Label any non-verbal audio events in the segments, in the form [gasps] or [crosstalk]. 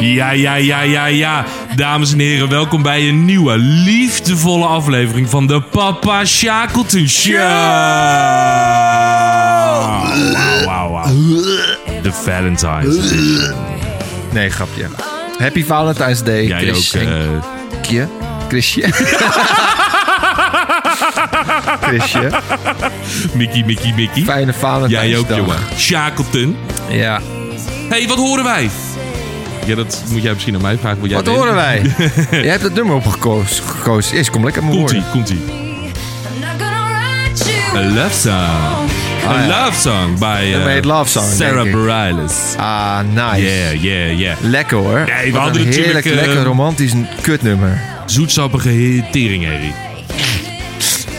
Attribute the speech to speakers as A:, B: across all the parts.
A: Ja, ja, ja, ja, ja. Dames en heren, welkom bij een nieuwe, liefdevolle aflevering van de Papa Shackleton Show. Wauw, wauw, wauw. De Valentine's.
B: Nee, grapje. Happy Valentine's Day,
A: Jij ook,
B: Chrisje.
A: eh,
B: Chrisje. Chrisje. [laughs] Chrisje.
A: Mickey, Mickey, Mickey.
B: Fijne Valentine's
A: Jij ook,
B: dag.
A: jongen. Shackleton.
B: Ja.
A: hey, wat horen wij? Ja, dat moet jij misschien aan mij vragen. want Jij
B: Wat
A: weet-
B: horen
A: [laughs]
B: wij? Jij hebt het nummer opgekozen. gekozen. Eerst kom lekker mijn
A: Komt-ie,
B: woorden.
A: komt-ie. A love song.
B: Ah,
A: A
B: ja.
A: love song bij
B: Dat
A: eh,
B: heet love song, denk
A: Sarah
B: ik.
A: Bareilles.
B: Ah, nice.
A: Yeah, yeah, yeah.
B: Lekker hoor.
A: we
B: Wat
A: hadden
B: een
A: natuurlijk,
B: heerlijk,
A: eh,
B: lekker romantisch kutnummer.
A: Zoetsappige teringherrie.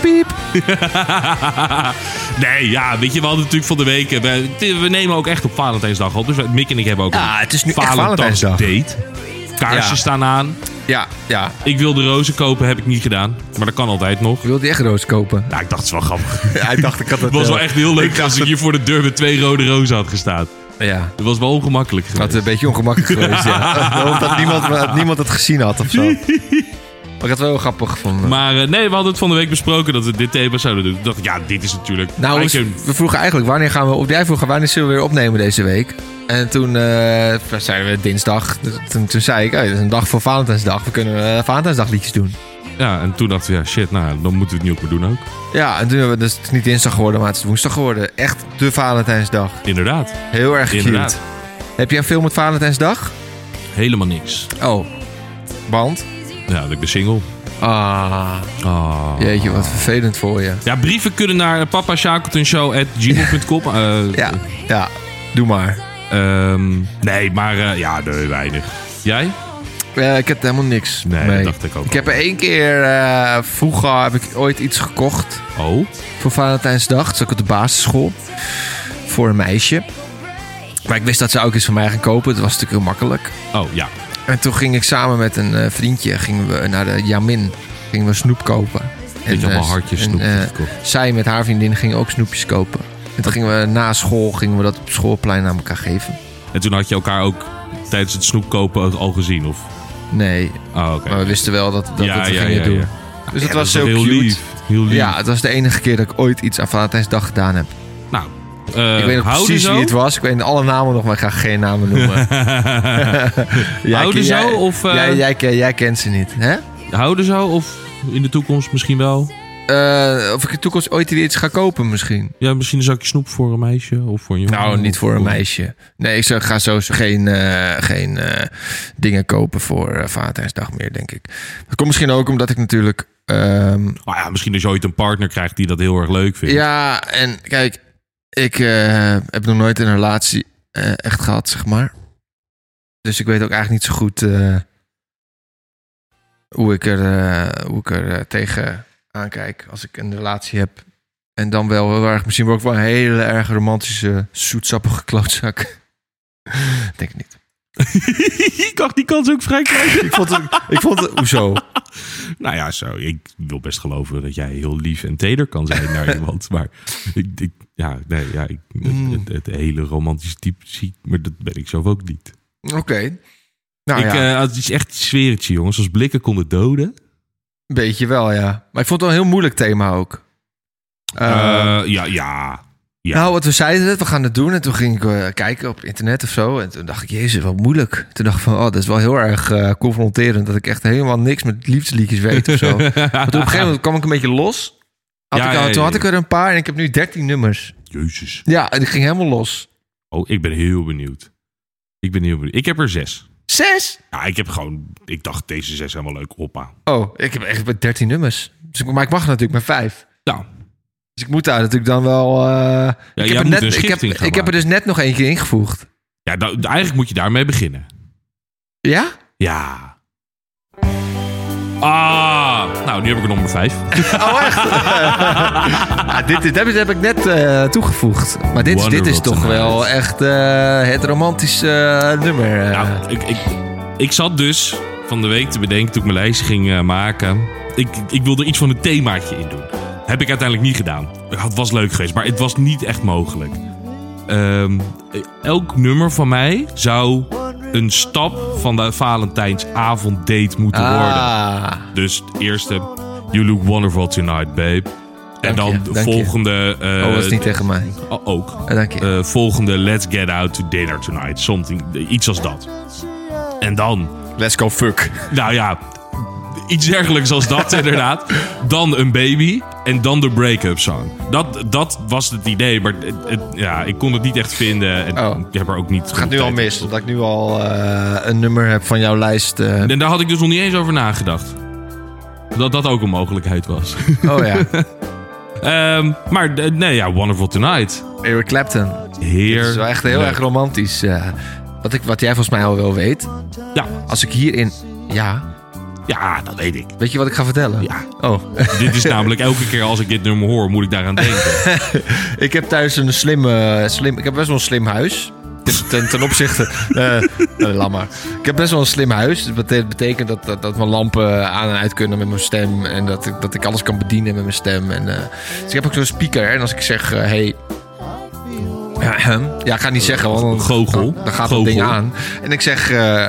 B: Piep.
A: [laughs] nee, ja, weet je, we hadden natuurlijk van de week... eh, We, we nemen ook echt op Valentijnsdag op. Dus wij- Mick en ik hebben ook
B: Ja, het is nu echt
A: Valentijnsdag date. Kaarsjes
B: Ja.
A: staan aan.
B: Ja, ja.
A: Ik wilde rozen kopen, heb ik niet gedaan. Maar dat kan altijd nog.
B: Ik wil die echt roos
A: [laughs]
B: kopen.
A: Nou, ik dacht, het is wel grappig. Het
B: Ja, ik dacht ik had het
A: was
B: eh,
A: wel echt heel leuk als ik hier voor de deur met twee rode rozen had gestaan.
B: Ja.
A: Het was wel ongemakkelijk
B: Dat is
A: geweest.
B: een beetje ongemakkelijk geweest, ja. [laughs] Ik hoop dat niemand, dat niemand het gezien had of
A: [laughs]
B: zo. Maar ik had het wel heel grappig gevonden.
A: Maar eh, nee, we hadden het van de week besproken dat we dit thema zouden doen. Ik dacht, ja, dit is natuurlijk...
B: nou, we,
A: eigenlijk een-
B: we vroegen eigenlijk, wanneer gaan we op? Jij vroeg, wanneer zullen we weer opnemen deze week? En toen eh, zeiden we dinsdag. Dus Toen, toen zei ik, hey, dat is een dag voor Valentijnsdag. We kunnen eh, Valentijnsdag liedjes doen.
A: ja, en toen dacht ik, ja, shit, nou, dan moeten we het nu ook maar doen ook.
B: Ja, en toen hebben we, dus het is niet dinsdag geworden, maar het is woensdag geworden. Echt de Valentijnsdag.
A: Inderdaad,
B: Heel erg cute.
A: inderdaad.
B: Heb jij een film met Valentijnsdag?
A: Helemaal niks.
B: Oh, band.
A: Ja, dat ik ben single.
B: Ah,
A: Ah.
B: jeetje, wat vervelend voor je.
A: Ja, brieven kunnen naar
B: [laughs]
A: papashakeltonshow.gmail.com. Eh
B: Ja, ja, doe maar.
A: ehm, nee, maar eh, ja, nee, weinig. Jij?
B: Ja, Eh, ik heb er helemaal niks
A: Nee,
B: mee.
A: dat dacht ik ook
B: Ik
A: al.
B: heb er één keer eh, vroeger heb ik ooit iets gekocht
A: Oh,
B: voor Valentijnsdag. Zat ik op de basisschool voor een meisje. Maar ik wist dat ze ook iets van mij gaan kopen. Dat was natuurlijk heel makkelijk.
A: oh ja.
B: En toen ging ik samen met een eh, vriendje gingen we naar de Jamin. Gingen we snoep kopen. En,
A: je, allemaal
B: eh,
A: hartjes
B: en,
A: snoep
B: eh,
A: gekocht.
B: zij met haar vriendin ging ook snoepjes kopen. En toen gingen we na school gingen we dat op het schoolplein aan elkaar geven.
A: En toen had je elkaar ook tijdens het snoep kopen al gezien, of?
B: Nee,
A: Oh, oké.
B: maar we wisten wel dat, dat,
A: Ja,
B: dat we
A: ja,
B: gingen
A: ja,
B: doen.
A: ja.
B: Dus
A: Ja,
B: dat was
A: is
B: heel
A: heel
B: cute.
A: lief. Heel lief.
B: Ja, het was de enige keer dat ik ooit iets aan Valentijnsdag gedaan heb.
A: Nou, eh,
B: ik weet nog
A: houden
B: precies
A: zo?
B: wie het was. Ik weet alle namen nog, maar ik ga geen
A: [laughs]
B: namen noemen. jij,
A: Houden zo, of, eh?
B: Jij, jij, ken- jij kent ze niet, hè?
A: Houden zo, of in de toekomst misschien wel?
B: Eh, of ik in de toekomst ooit weer iets ga kopen misschien.
A: Ja, misschien een zakje snoep voor een meisje of voor een jongen.
B: Nou, niet voor een
A: Of-
B: meisje. Nee, ik zou- ga sowieso geen, eh, geen eh, dingen kopen voor eh Valentijnsdag meer, denk ik. Dat komt misschien ook omdat ik natuurlijk... ehm,
A: Nou ja, misschien als je ooit een partner krijgt die dat heel erg leuk vindt.
B: Ja, en kijk, ik eh, heb nog nooit een relatie eh, echt gehad, zeg maar. Dus ik weet ook eigenlijk niet zo goed eh, hoe ik er, eh, hoe ik er eh, tegen aankijk als ik een relatie heb. En dan wel heel erg, misschien wel ook wel een hele erg romantische, zoetsappige klootzak. [laughs] Ik Denk het niet.
A: [laughs] ik dacht, die kans ook vrij klein.
B: Ik vond het, ik vond het hoezo?
A: Nou ja, zo. Ik wil best geloven dat jij heel lief en teder kan zijn
B: [laughs]
A: naar iemand. Maar ik, ik- ja, nee, ja, ik,
B: Mm.
A: het, het hele romantische type zie ik, maar dat ben ik zelf ook niet.
B: Oké. Nou
A: ik,
B: ja.
A: eh, het is echt een sfeertje, jongens. Als blikken konden doden.
B: Een beetje wel, ja. Maar ik vond het wel een heel moeilijk thema ook. Eh,
A: Eh, ja, ja. ja.
B: Nou, wat we zeiden, net, we gaan het doen. En toen ging ik eh, kijken op het internet of zo. En toen dacht ik, jezus, wat moeilijk. Toen dacht ik van, oh, dat is wel heel erg eh, confronterend. Dat ik echt helemaal niks met liefdesliedjes weet of
A: [laughs]
B: zo. Maar toen op een gegeven moment kwam ik een beetje los. Had
A: Ja,
B: ik, al-
A: ja, ja,
B: toen had
A: ja.
B: ik er een paar en ik heb nu 13 nummers.
A: Jezus.
B: Ja, en ik ging helemaal los.
A: Oh, ik ben heel benieuwd. Ik ben heel benieuwd. Ik heb er zes.
B: Zes?
A: Ja, ik heb gewoon... Ik dacht, deze zes zijn wel leuk. Hoppa.
B: Oh, ik heb echt 13 nummers. Dus ik, maar ik mag natuurlijk maar vijf.
A: Nou,
B: Dus ik moet daar natuurlijk dan wel... eh,
A: jij
B: ik, heb er
A: moet
B: net,
A: een
B: ik, heb,
A: schifting gaan
B: ik heb er dus net nog eentje ingevoegd.
A: ja, da- eigenlijk moet je daarmee beginnen.
B: Ja?
A: Ja. Ah, nou, nu heb ik er nummer vijf.
B: Oh, echt? [laughs] Ah, dit, dit, heb, dit heb ik net eh, toegevoegd. Maar dit, dit is
A: Wonderworld
B: toch
A: tonight.
B: wel echt eh, het romantische eh, nummer. eh.
A: Nou, ik, ik, ik zat dus van de week te bedenken toen ik mijn lijst ging eh, maken. Ik, ik wilde er iets van een themaatje in doen. Heb ik uiteindelijk niet gedaan. Het was leuk geweest, maar het was niet echt mogelijk. Ehm, elk nummer van mij zou een stap van de Valentijnsavonddate moeten worden.
B: Ah,
A: Dus het eerste, You Look Wonderful Tonight, babe. En
B: Dank
A: dan
B: je,
A: de
B: dank je.
A: volgende... eh,
B: oh, dat is niet tegen mij.
A: o- Ook.
B: Eh, dank je.
A: Eh, volgende, Let's Get Out to Dinner Tonight. Something, iets als dat. En dan,
B: eh, Let's go fuck.
A: nou ja, iets dergelijks als
B: [laughs]
A: dat inderdaad. Dan een baby en dan de break-up song. Dat, dat was het idee, maar het- het- ja, ik kon het niet echt vinden. En
B: Oh.
A: ik heb er ook niet...
B: Gaat nu al mis, omdat ik nu al eh, een nummer heb van jouw lijst. eh.
A: En daar had ik dus nog niet eens over nagedacht. Dat dat ook een mogelijkheid was.
B: Oh ja,
A: Ehm, maar eh, nee, ja, Wonderful Tonight.
B: Eric Clapton.
A: Heer.
B: Het is wel echt heel erg romantisch. eh. wat, ik, wat jij volgens mij al wel weet.
A: Ja,
B: Als ik hierin... Ja,
A: ja, dat weet ik.
B: weet je wat ik ga vertellen?
A: Ja.
B: Oh,
A: dit is namelijk elke keer als ik dit nummer hoor, moet ik daaraan denken.
B: ik heb thuis een slim... eh, slim ik heb best wel een slim huis. Ten, ten, ten opzichte... eh eh, laat maar. Ik heb best wel een slim huis. Dus Dat bete- betekent dat, dat, dat mijn lampen aan en uit kunnen met mijn stem. En dat ik, dat ik alles kan bedienen met mijn stem. En, eh, dus ik heb ook zo'n speaker. En als ik zeg... eh, hey, ja, ik ga niet zeggen, want dan-
A: Goochel.
B: Oh, Dan gaat
A: Goochel.
B: dat ding aan. En ik zeg... eh, eh,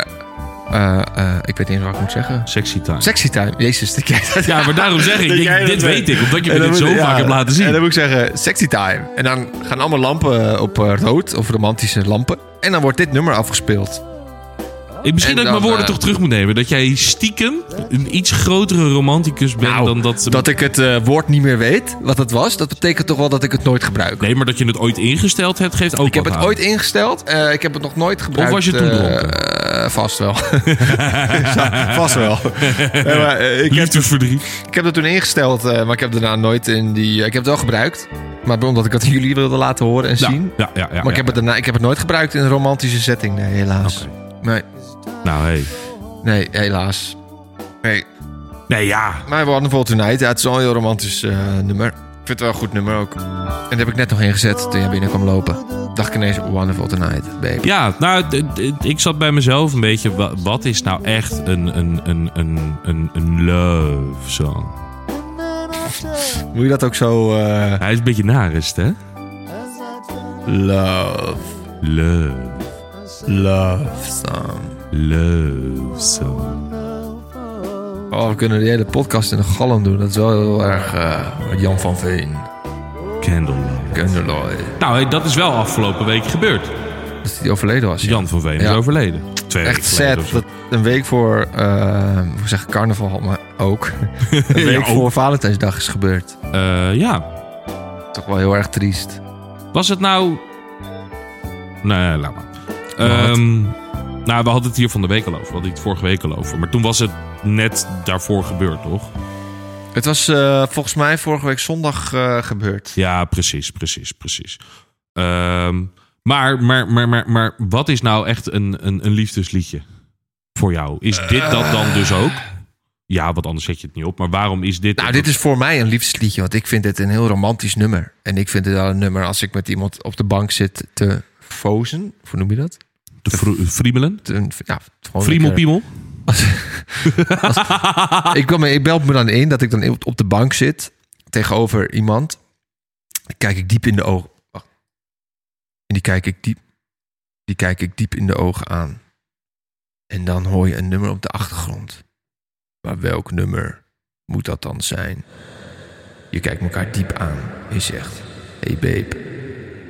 B: eh, ik weet niet eens wat ik moet zeggen.
A: Sexy time.
B: Sexy time. Jezus, dat jij dat...
A: Ja, maar daarom zeg ik,
B: Dat
A: ik-
B: jij dat
A: dit weet
B: weet.
A: ik, omdat je me
B: En dan
A: dit zo
B: moet- ja,
A: vaak hebt laten zien.
B: En dan moet ik zeggen, sexy time. En dan gaan allemaal lampen op eh, rood, of romantische lampen. En dan wordt dit nummer afgespeeld.
A: Ik- Misschien
B: en
A: dat ik mijn
B: dan,
A: woorden
B: eh,
A: toch terug moet nemen. Dat jij stiekem een iets grotere romanticus bent
B: Nou,
A: dan dat...
B: Dat ik het eh, woord niet meer weet, wat het was, dat betekent toch wel dat ik het nooit gebruik.
A: Nee, maar dat je het ooit ingesteld hebt, geeft ook
B: Ik heb
A: wat
B: het
A: aan.
B: ooit ingesteld. eh, ik heb het nog nooit gebruikt.
A: was je toen
B: eh,
A: dronken?
B: eh, vast
A: [laughs]
B: wel. [laughs] Ja, vast wel. Nee, maar, eh, ik, heb,
A: Liefdesverdriet.
B: ik heb dat toen ingesteld, eh, maar ik heb daarna nooit in die... eh, ik heb het wel gebruikt, maar omdat ik het [laughs] jullie wilde laten horen en
A: Ja,
B: zien.
A: ja, ja, ja,
B: Maar ik heb, het daarna, ik heb het nooit gebruikt in een romantische setting, nee, helaas. Nee,
A: Nou, hey.
B: nee, helaas. Nee,
A: Nee, ja.
B: maar Wonderful Tonight, ja, het is wel een heel romantisch eh, nummer. Ik vind het wel een goed nummer ook. En dat heb ik net nog ingezet toen jij binnen kwam lopen. Dacht ik ineens, Wonderful Tonight, baby.
A: Ja, nou, d- d- ik zat bij mezelf een beetje... wa- Wat is nou echt een, een, een, een, een, een love song?
B: Moet je dat ook zo... eh,
A: Hij is een beetje narist, hè?
B: love,
A: Love,
B: love song.
A: love song.
B: Oh, we kunnen de hele podcast in de galm doen. Dat is wel heel erg eh, Jan van Veen.
A: Candlelight.
B: Gunderloy.
A: Nou, hey, dat is wel afgelopen week gebeurd.
B: Dat hij overleden was. ja.
A: Jan van Veen
B: Ja.
A: is overleden. Twee
B: Echt
A: weken geleden of
B: sad.
A: zo.
B: Dat een week voor, eh, hoe zeg ik, carnaval, maar ook.
A: [laughs]
B: Een week
A: ook.
B: voor Valentijnsdag is gebeurd.
A: Eh, ja.
B: Toch wel heel erg triest.
A: Was het nou... Nee, laat maar.
B: Wat?
A: Ehm, nou, we hadden het hier van de week al over. We hadden het vorige week al over. Maar toen was het net daarvoor gebeurd, toch?
B: Het was eh, volgens mij vorige week zondag eh, gebeurd.
A: Ja, precies, precies, precies. Ehm, maar, maar, maar, maar, maar wat is nou echt een, een, een liefdesliedje voor jou? Is dit dat dan dus ook? Ja, want anders zet je het niet op. Maar waarom is dit...
B: Nou, dit is voor mij een liefdesliedje, want ik vind dit een heel romantisch nummer. En ik vind het wel een nummer als ik met iemand op de bank zit te fozen. Hoe noem je dat?
A: De vro- friemelen?
B: Te, ja, gewoon lekker-
A: Friemelpiemel?
B: ik, kwam, ik bel me dan in dat ik dan op- op de bank zit tegenover iemand. Dan kijk ik diep in de ogen. Wacht. En die kijk ik diep. Die kijk ik diep in de ogen aan. En dan hoor je een nummer op de achtergrond. Maar welk nummer moet dat dan zijn? Je kijkt elkaar diep aan. Je zegt: Hey babe,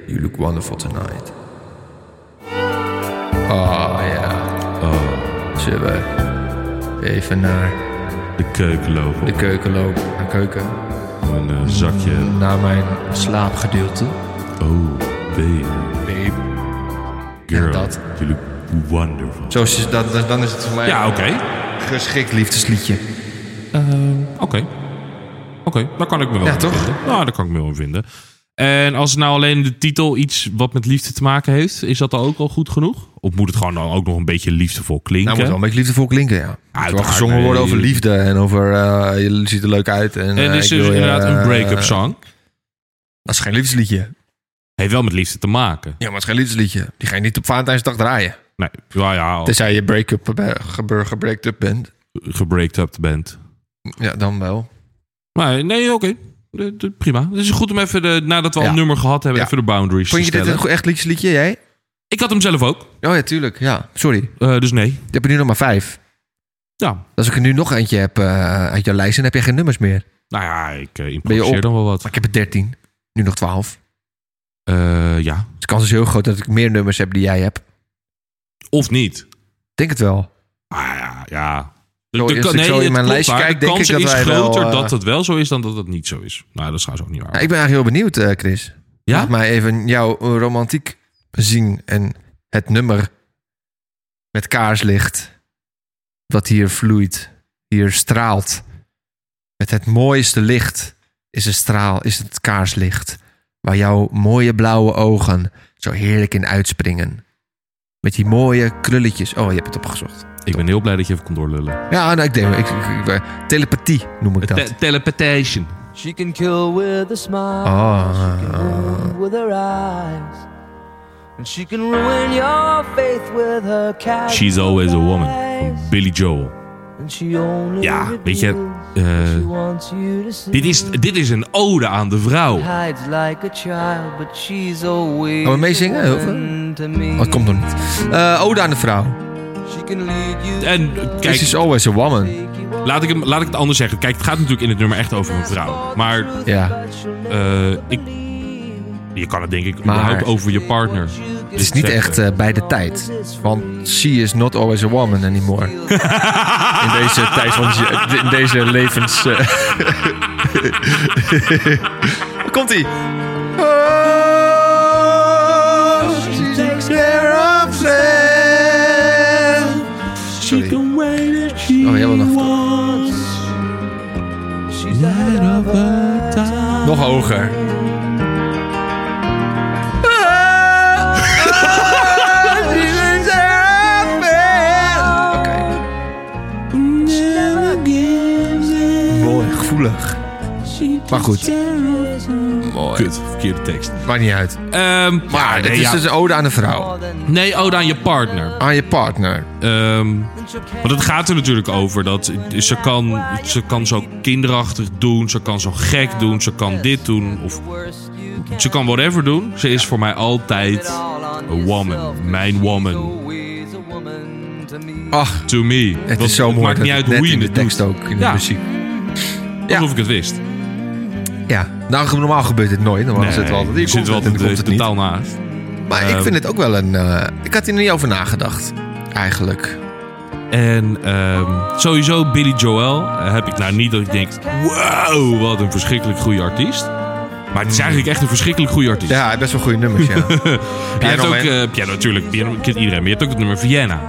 B: you look wonderful tonight. Oh ja,
A: Oh,
B: zullen we even naar
A: de keuken lopen.
B: de keuken loop naar keuken.
A: Een eh, zakje.
B: Naar mijn slaapgedeelte.
A: Oh, baby. Girl,
B: dat.
A: you look wonderful.
B: Zo is het- dat, dat- dan is het voor mij
A: Ja, oké.
B: een geschikt liefdesliedje.
A: Oké. Oké, daar kan ik me wel
B: Ja,
A: in
B: toch?
A: vinden. Nou, daar kan ik me wel in vinden. En als nou alleen de titel iets wat met liefde te maken heeft, is dat dan ook al goed genoeg? Of moet het gewoon dan ook nog een beetje liefdevol
B: Nou,
A: klinken?
B: moet wel een beetje liefdevol klinken, ja. Het moet wel
A: Uiteraard,
B: gezongen
A: nee,
B: worden over
A: Ah, je-
B: liefde en over eh, je ziet er leuk uit. En,
A: en
B: eh,
A: dit is
B: ik
A: dus
B: wil je,
A: inderdaad een
B: eh,
A: break-up song.
B: Dat is geen liefdesliedje.
A: Heeft wel met liefde te maken.
B: Ja, maar het is geen liefdesliedje. Die ga je niet op Valentijnsdag draaien.
A: Nee, ja, ja, als
B: Tenzij je break-up, eh, gebeur- gebreakt up bent.
A: je gebreakt-up bent.
B: Ja, dan wel.
A: Maar nee, oké. De- de- Prima. Het is goed om even, de, nadat we al
B: Ja.
A: een nummer gehad hebben,
B: Ja.
A: even de boundaries
B: Vond
A: te
B: je dit
A: stellen.
B: een goed- echt liefdesliedje, jij?
A: Ik had hem zelf ook,
B: Oh ja, tuurlijk. Ja, sorry. Je
A: eh, dus nee.
B: hebt er nu nog maar vijf.
A: Ja,
B: Als ik er nu nog eentje heb eh, uit jouw lijst, dan heb je geen nummers meer.
A: nou ja, ik eh, improviseer
B: op?
A: dan wel wat.
B: Maar ik heb er dertien. Nu nog twaalf.
A: Eh, ja,
B: Dus de kans is heel groot dat ik meer nummers heb die jij hebt. Ik
A: of niet.
B: denk het wel.
A: Ah ja, ja.
B: Zo, als ik zo in
A: het
B: mijn
A: klopt,
B: lijstje
A: maar
B: kijk,
A: de
B: denk
A: kans
B: ik dat
A: is
B: wij wel,
A: groter
B: eh,
A: dat het wel zo is dan dat het niet zo is. Nou, dat is trouwens ook niet waar.
B: Nou, ik ben eigenlijk heel benieuwd, eh, Chris.
A: Ja?
B: Laat mij even jouw eh, romantiek zien en het nummer met kaarslicht. Wat hier vloeit, hier straalt. Met het mooiste licht is een straal, is het kaarslicht. Waar jouw mooie blauwe ogen zo heerlijk in uitspringen. Met die mooie krulletjes. Oh, je hebt het opgezocht.
A: Ik ben heel blij dat je even kon doorlullen.
B: Ja, nou, ik denk... Ik, ik- ik- telepathie noem ik dat.
A: Te- teleportation.
C: She can kill with a smile.
A: Ah.
C: She can wound with her eyes. And she can ruin your faith with her casual
A: She's always a woman. Van
C: eyes.
A: Billy Joel.
C: And she only
A: Ja, weet je,
C: reveals
A: eh,
C: what she wants you to see.
A: Dit is, dit is een ode aan de vrouw.
C: Hides like a child, but she's always
B: Gaan we meezingen,
C: a
B: heel veel?
C: woman to me.
B: Oh, het komt nog niet. Eh Ode aan de vrouw.
C: She can lead you
A: En
C: to
A: kijk,
B: This is always a woman.
C: take you on
A: laat ik, hem, laat ik het anders zeggen. Kijk, het gaat natuurlijk in het nummer echt over een vrouw. Maar
B: Ja.
A: eh, ik, je kan het denk ik
B: Maar-
A: überhaupt over je partner.
B: Het is niet echt eh, bij de tijd. Want she is not always a woman anymore. In
A: [laughs]
B: deze tijd van... je- In deze levens... eh. [laughs] Daar Komt-ie. Oh, she takes care of herself. Sorry. Oh, jij wil nog...
C: She's ahead
A: [laughs]
C: of her time.
B: Nog hoger. Oké. Mooi, gevoelig. Maar goed. Mooi.
A: Kut, verkeerde tekst.
B: Maakt niet uit.
A: Ehm, ja,
B: Maar het
A: nee,
B: is
A: ja.
B: dus Ah. een ode aan de vrouw.
A: nee, ode aan je partner.
B: Aan je partner.
A: Ehm, want het gaat er natuurlijk over dat ze kan, ze kan zo kinderachtig doen, ze kan zo gek doen, ze kan dit doen. Of ze kan whatever doen. Ze is voor mij altijd a woman. Mijn woman. Ah.
B: Ach,
A: To me.
B: het
A: Want
B: is zo mooi.
A: maakt
B: dat
A: niet uit
B: het
A: hoe
B: net
A: je
B: in de
A: het doet.
B: tekst ook, in de
A: Ja.
B: muziek.
A: Alsof ik het wist.
B: Ja, nou, normaal gebeurt dit nooit. Normaal zit wel altijd hier.
A: ik zit
B: Komt
A: wel
B: het en dan komt
A: de,
B: het
A: de
B: niet.
A: taal naast.
B: Maar ik
A: Ehm.
B: vind het ook wel een... eh, ik had hier niet over nagedacht, eigenlijk.
A: En ehm, sowieso Billy Joel eh, heb ik nou niet dat ik denk... Wow, wat een verschrikkelijk goede artiest. Maar het is eigenlijk echt een verschrikkelijk goede artiest.
B: Hmm. Ja, hij heeft best wel goede nummers, [laughs] ja.
A: Hij heeft ook,
B: Man.
A: eh, piano natuurlijk, piano kent iedereen. Maar je hebt ook het nummer Vienna.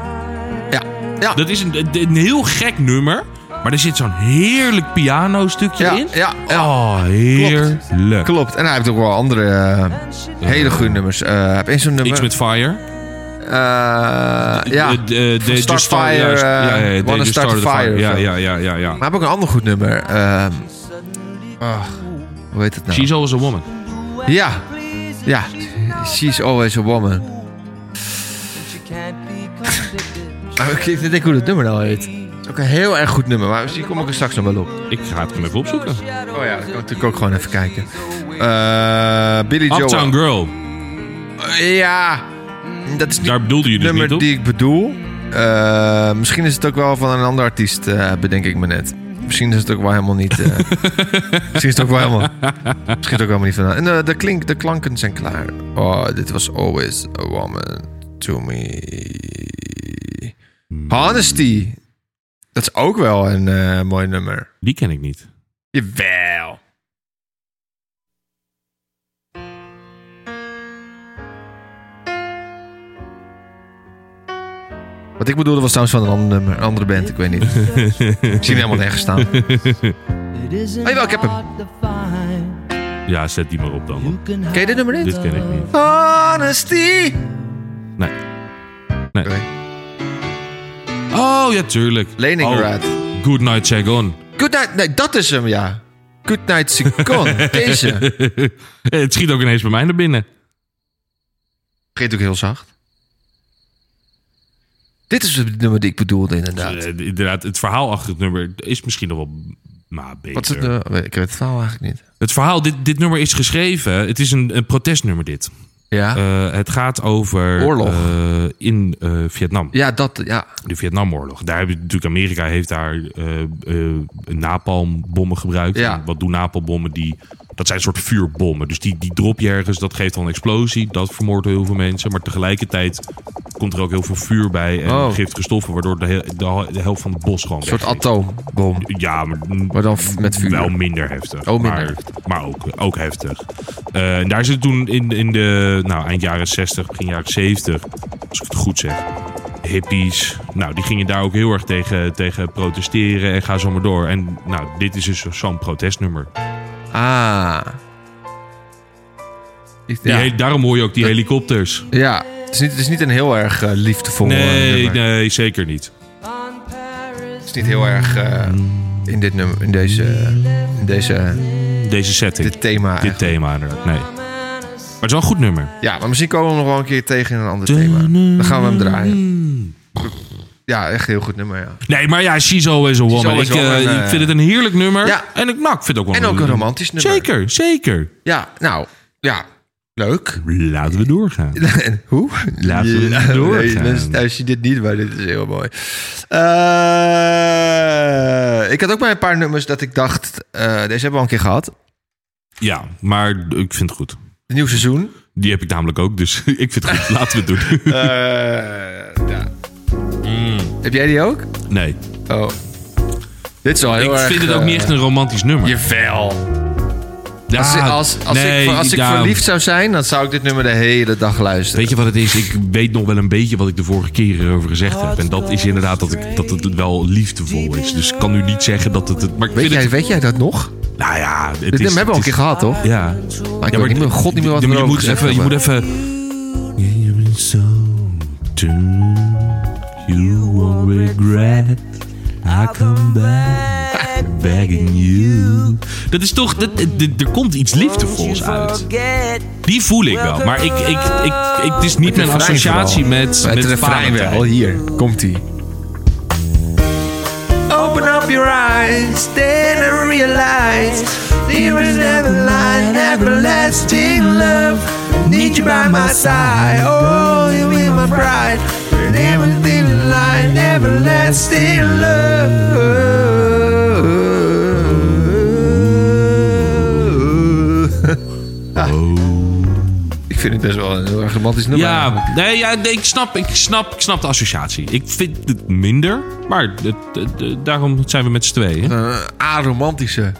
B: ja. Ja.
A: Dat is een, een heel gek nummer. Maar er zit zo'n heerlijk pianostukje
B: Ja,
A: in.
B: ja,
A: Oh, heerlijk.
B: Klopt. En hij heeft ook wel andere eh, hele goede nummers. Eh, heb eens zo'n nummer.
A: Iets met fire.
B: eh, ja.
A: Eh, eh,
B: Van
A: They Just
B: Start
A: Start-
B: Fire,
A: ja,
B: eh,
A: ja, ja, They
B: Wanna
A: Just
B: Start a
A: Started
B: Fire of
A: Ja,
B: zo.
A: ja, ja, ja, ja.
B: Maar hij heeft ook een ander goed nummer. ehm, ah, hoe heet het nou?
A: She's always a woman.
B: Ja. Ja. She's always a woman. Maar ik weet niet hoe dat nummer nou heet. Het is ook een heel erg goed nummer. Maar die kom ik er straks nog wel op.
A: Ik ga het hem even opzoeken.
B: Oh ja, dat kan ik natuurlijk ook gewoon even kijken. Eh, Billy Joel.
A: Uptown Girl.
B: Eh, Ja. mm, Dat is niet
A: Daar bedoelde je dus
B: nummer
A: niet op?
B: die ik bedoel. Eh, misschien is het ook wel van een ander artiest, eh, bedenk ik me net. Misschien is het ook wel helemaal
A: [laughs]
B: niet. eh, misschien is het ook wel helemaal. Misschien is het ook helemaal niet van. En eh, de, klink, de klanken zijn klaar. Oh, dit was always a woman to me.
A: Hmm.
B: Honesty. Dat is ook wel een eh, mooi nummer.
A: Die ken ik niet.
B: Jawel. Wat ik bedoelde was trouwens van een ander nummer, een andere band, ik
A: [laughs]
B: weet niet. Misschien helemaal nergens staan.
C: Hey, wel, ik heb hem.
A: Ja, zet die maar op dan.
B: Ken je dit nummer niet?
A: Dit ken ik niet.
B: Honesty!
A: Nee. Nee.
B: Oké.
A: Oh, ja, tuurlijk.
B: Leningrad.
A: Oh, Good Night Check On.
B: Good night, nee, dat is hem, ja. Good
A: [laughs]
B: night, Sikon. Deze.
A: het schiet ook ineens bij mij naar binnen.
B: Vergeet ook heel zacht. Dit is het nummer die ik bedoelde, inderdaad.
A: Eh, inderdaad, het verhaal achter het nummer is misschien nog wel maar beter.
B: Wat is het nummer? Ik weet het verhaal eigenlijk niet.
A: Het verhaal, dit, dit nummer is geschreven. Het is een, een protestnummer dit.
B: Ja.
A: Eh, het gaat over...
B: Ah. Oorlog.
A: eh, in eh, Vietnam.
B: ja, dat, ja.
A: De Vietnamoorlog. Daar hebben natuurlijk Amerika heeft daar eh, eh, napalmbommen gebruikt.
B: Ja.
A: En Wat doen napalmbommen? Die, dat zijn een soort vuurbommen. Dus die, die drop je ergens, dat geeft dan een explosie. Dat vermoordt heel veel mensen. Maar tegelijkertijd komt er ook heel veel vuur bij en
B: Oh.
A: giftige stoffen, waardoor de, he- de, hel- de helft van het bos gewoon.
B: Een soort
A: weg is.
B: atoombom.
A: Ja, maar,
B: Maar dan f- met vuur.
A: wel minder heftig.
B: Oh, minder
A: Maar, maar ook, ook heftig. Eh, en daar zit toen in, in de nou, eind jaren 60, begin jaren 70, als ik het goed zeg, hippies. Nou, die gingen daar ook heel erg tegen, tegen protesteren en ga zo maar door. En nou, dit is dus zo'n protestnummer.
B: Ah. Ik-
A: Die
B: Ja. Oh,
A: he- daarom hoor je ook die helikopters.
B: ja. Het, is niet, het is niet een heel erg eh, liefdevol eh,
A: Nee,
B: nummer.
A: nee, zeker niet.
C: On Paris.
B: Het is niet heel erg eh, in dit nummer, in deze, in deze,
A: Deze setting,
B: dit
A: dit,
B: thema. eigenlijk.
A: thema inderdaad, nee. Maar het is wel een goed nummer.
B: Ja, maar misschien komen we nog wel een keer tegen in een ander thema. Dan gaan we hem draaien. Ja, echt een heel goed nummer, ja.
A: Nee, maar ja, She's Always a Woman.
B: Always
A: ik,
B: a Woman,
A: eh,
B: eh,
A: ik vind het een heerlijk nummer.
B: Ja.
A: En ik, nou, ik vind het ook wel
B: En ook een romantisch nummer.
A: Zeker, zeker.
B: Ja, nou, ja. Leuk.
A: Laten we doorgaan.
B: [laughs] Hoe?
A: Laten we hem doorgaan.
B: [laughs] Nee, mensen thuis zien dit niet, maar dit is heel mooi. Eh, ik had ook bij een paar nummers dat ik dacht... eh, deze hebben we al een keer gehad.
A: Ja, maar ik vind het goed.
B: Het nieuw
A: [laughs]
B: seizoen.
A: Die heb ik namelijk ook, dus [laughs] ik vind het goed. Laten we
B: [laughs]
A: het doen.
B: Eh, ja. Heb jij die ook?
A: Nee,
B: Oh. Dit is al heel
A: ik
B: erg...
A: vind het ook
B: eh,
A: niet echt een romantisch nummer.
B: Jawel.
A: Ja,
B: Als, als, als
A: nee,
B: ik, als ik
A: ja,
B: verliefd zou zijn, dan zou ik dit nummer de hele dag luisteren.
A: Weet je wat het is? Ik weet nog wel een beetje wat ik de vorige keer erover gezegd heb. En dat is inderdaad dat, ik, dat het wel liefdevol is. Dus ik kan nu niet zeggen dat het... het maar ik
B: Weet
A: vind
B: jij,
A: het...
B: weet jij dat nog?
A: Nou ja, het
B: Dit
A: is...
B: nummer hebben we al
A: het
B: een keer
A: is-
B: gehad, toch?
A: Ja.
B: Maar ik weet niet meer, god niet meer wat
A: je,
B: we
A: je
B: erover
A: moet
B: gezegd
A: even, je moet
B: hebben.
A: even... You were so tuned, you won't regret. I come back, begging you. Dat is toch... Dat, dat- dat- er komt iets liefdevols uit.
C: Forget.
A: Die voel ik wel. Maar ik, ik, ik, ik, het is niet mijn
B: refrein
A: associatie
B: vooral.
A: met,
B: Met
A: met
B: de refrein
A: Valentijn.
B: wel. Hier, komt-ie. Open up your eyes, then I realize There is never line, everlasting love Need you by my side, oh, you in my pride And everything in line, everlasting [laughs] Oh. love Ik vind het best wel een heel erg romantisch nummer.
A: Ja, nee, ja nee, ik, snap, ik, snap, ik snap de associatie. Ik vind het minder, maar het- het- het- daarom zijn we met z'n tweeën.
B: Een Eh, aromantische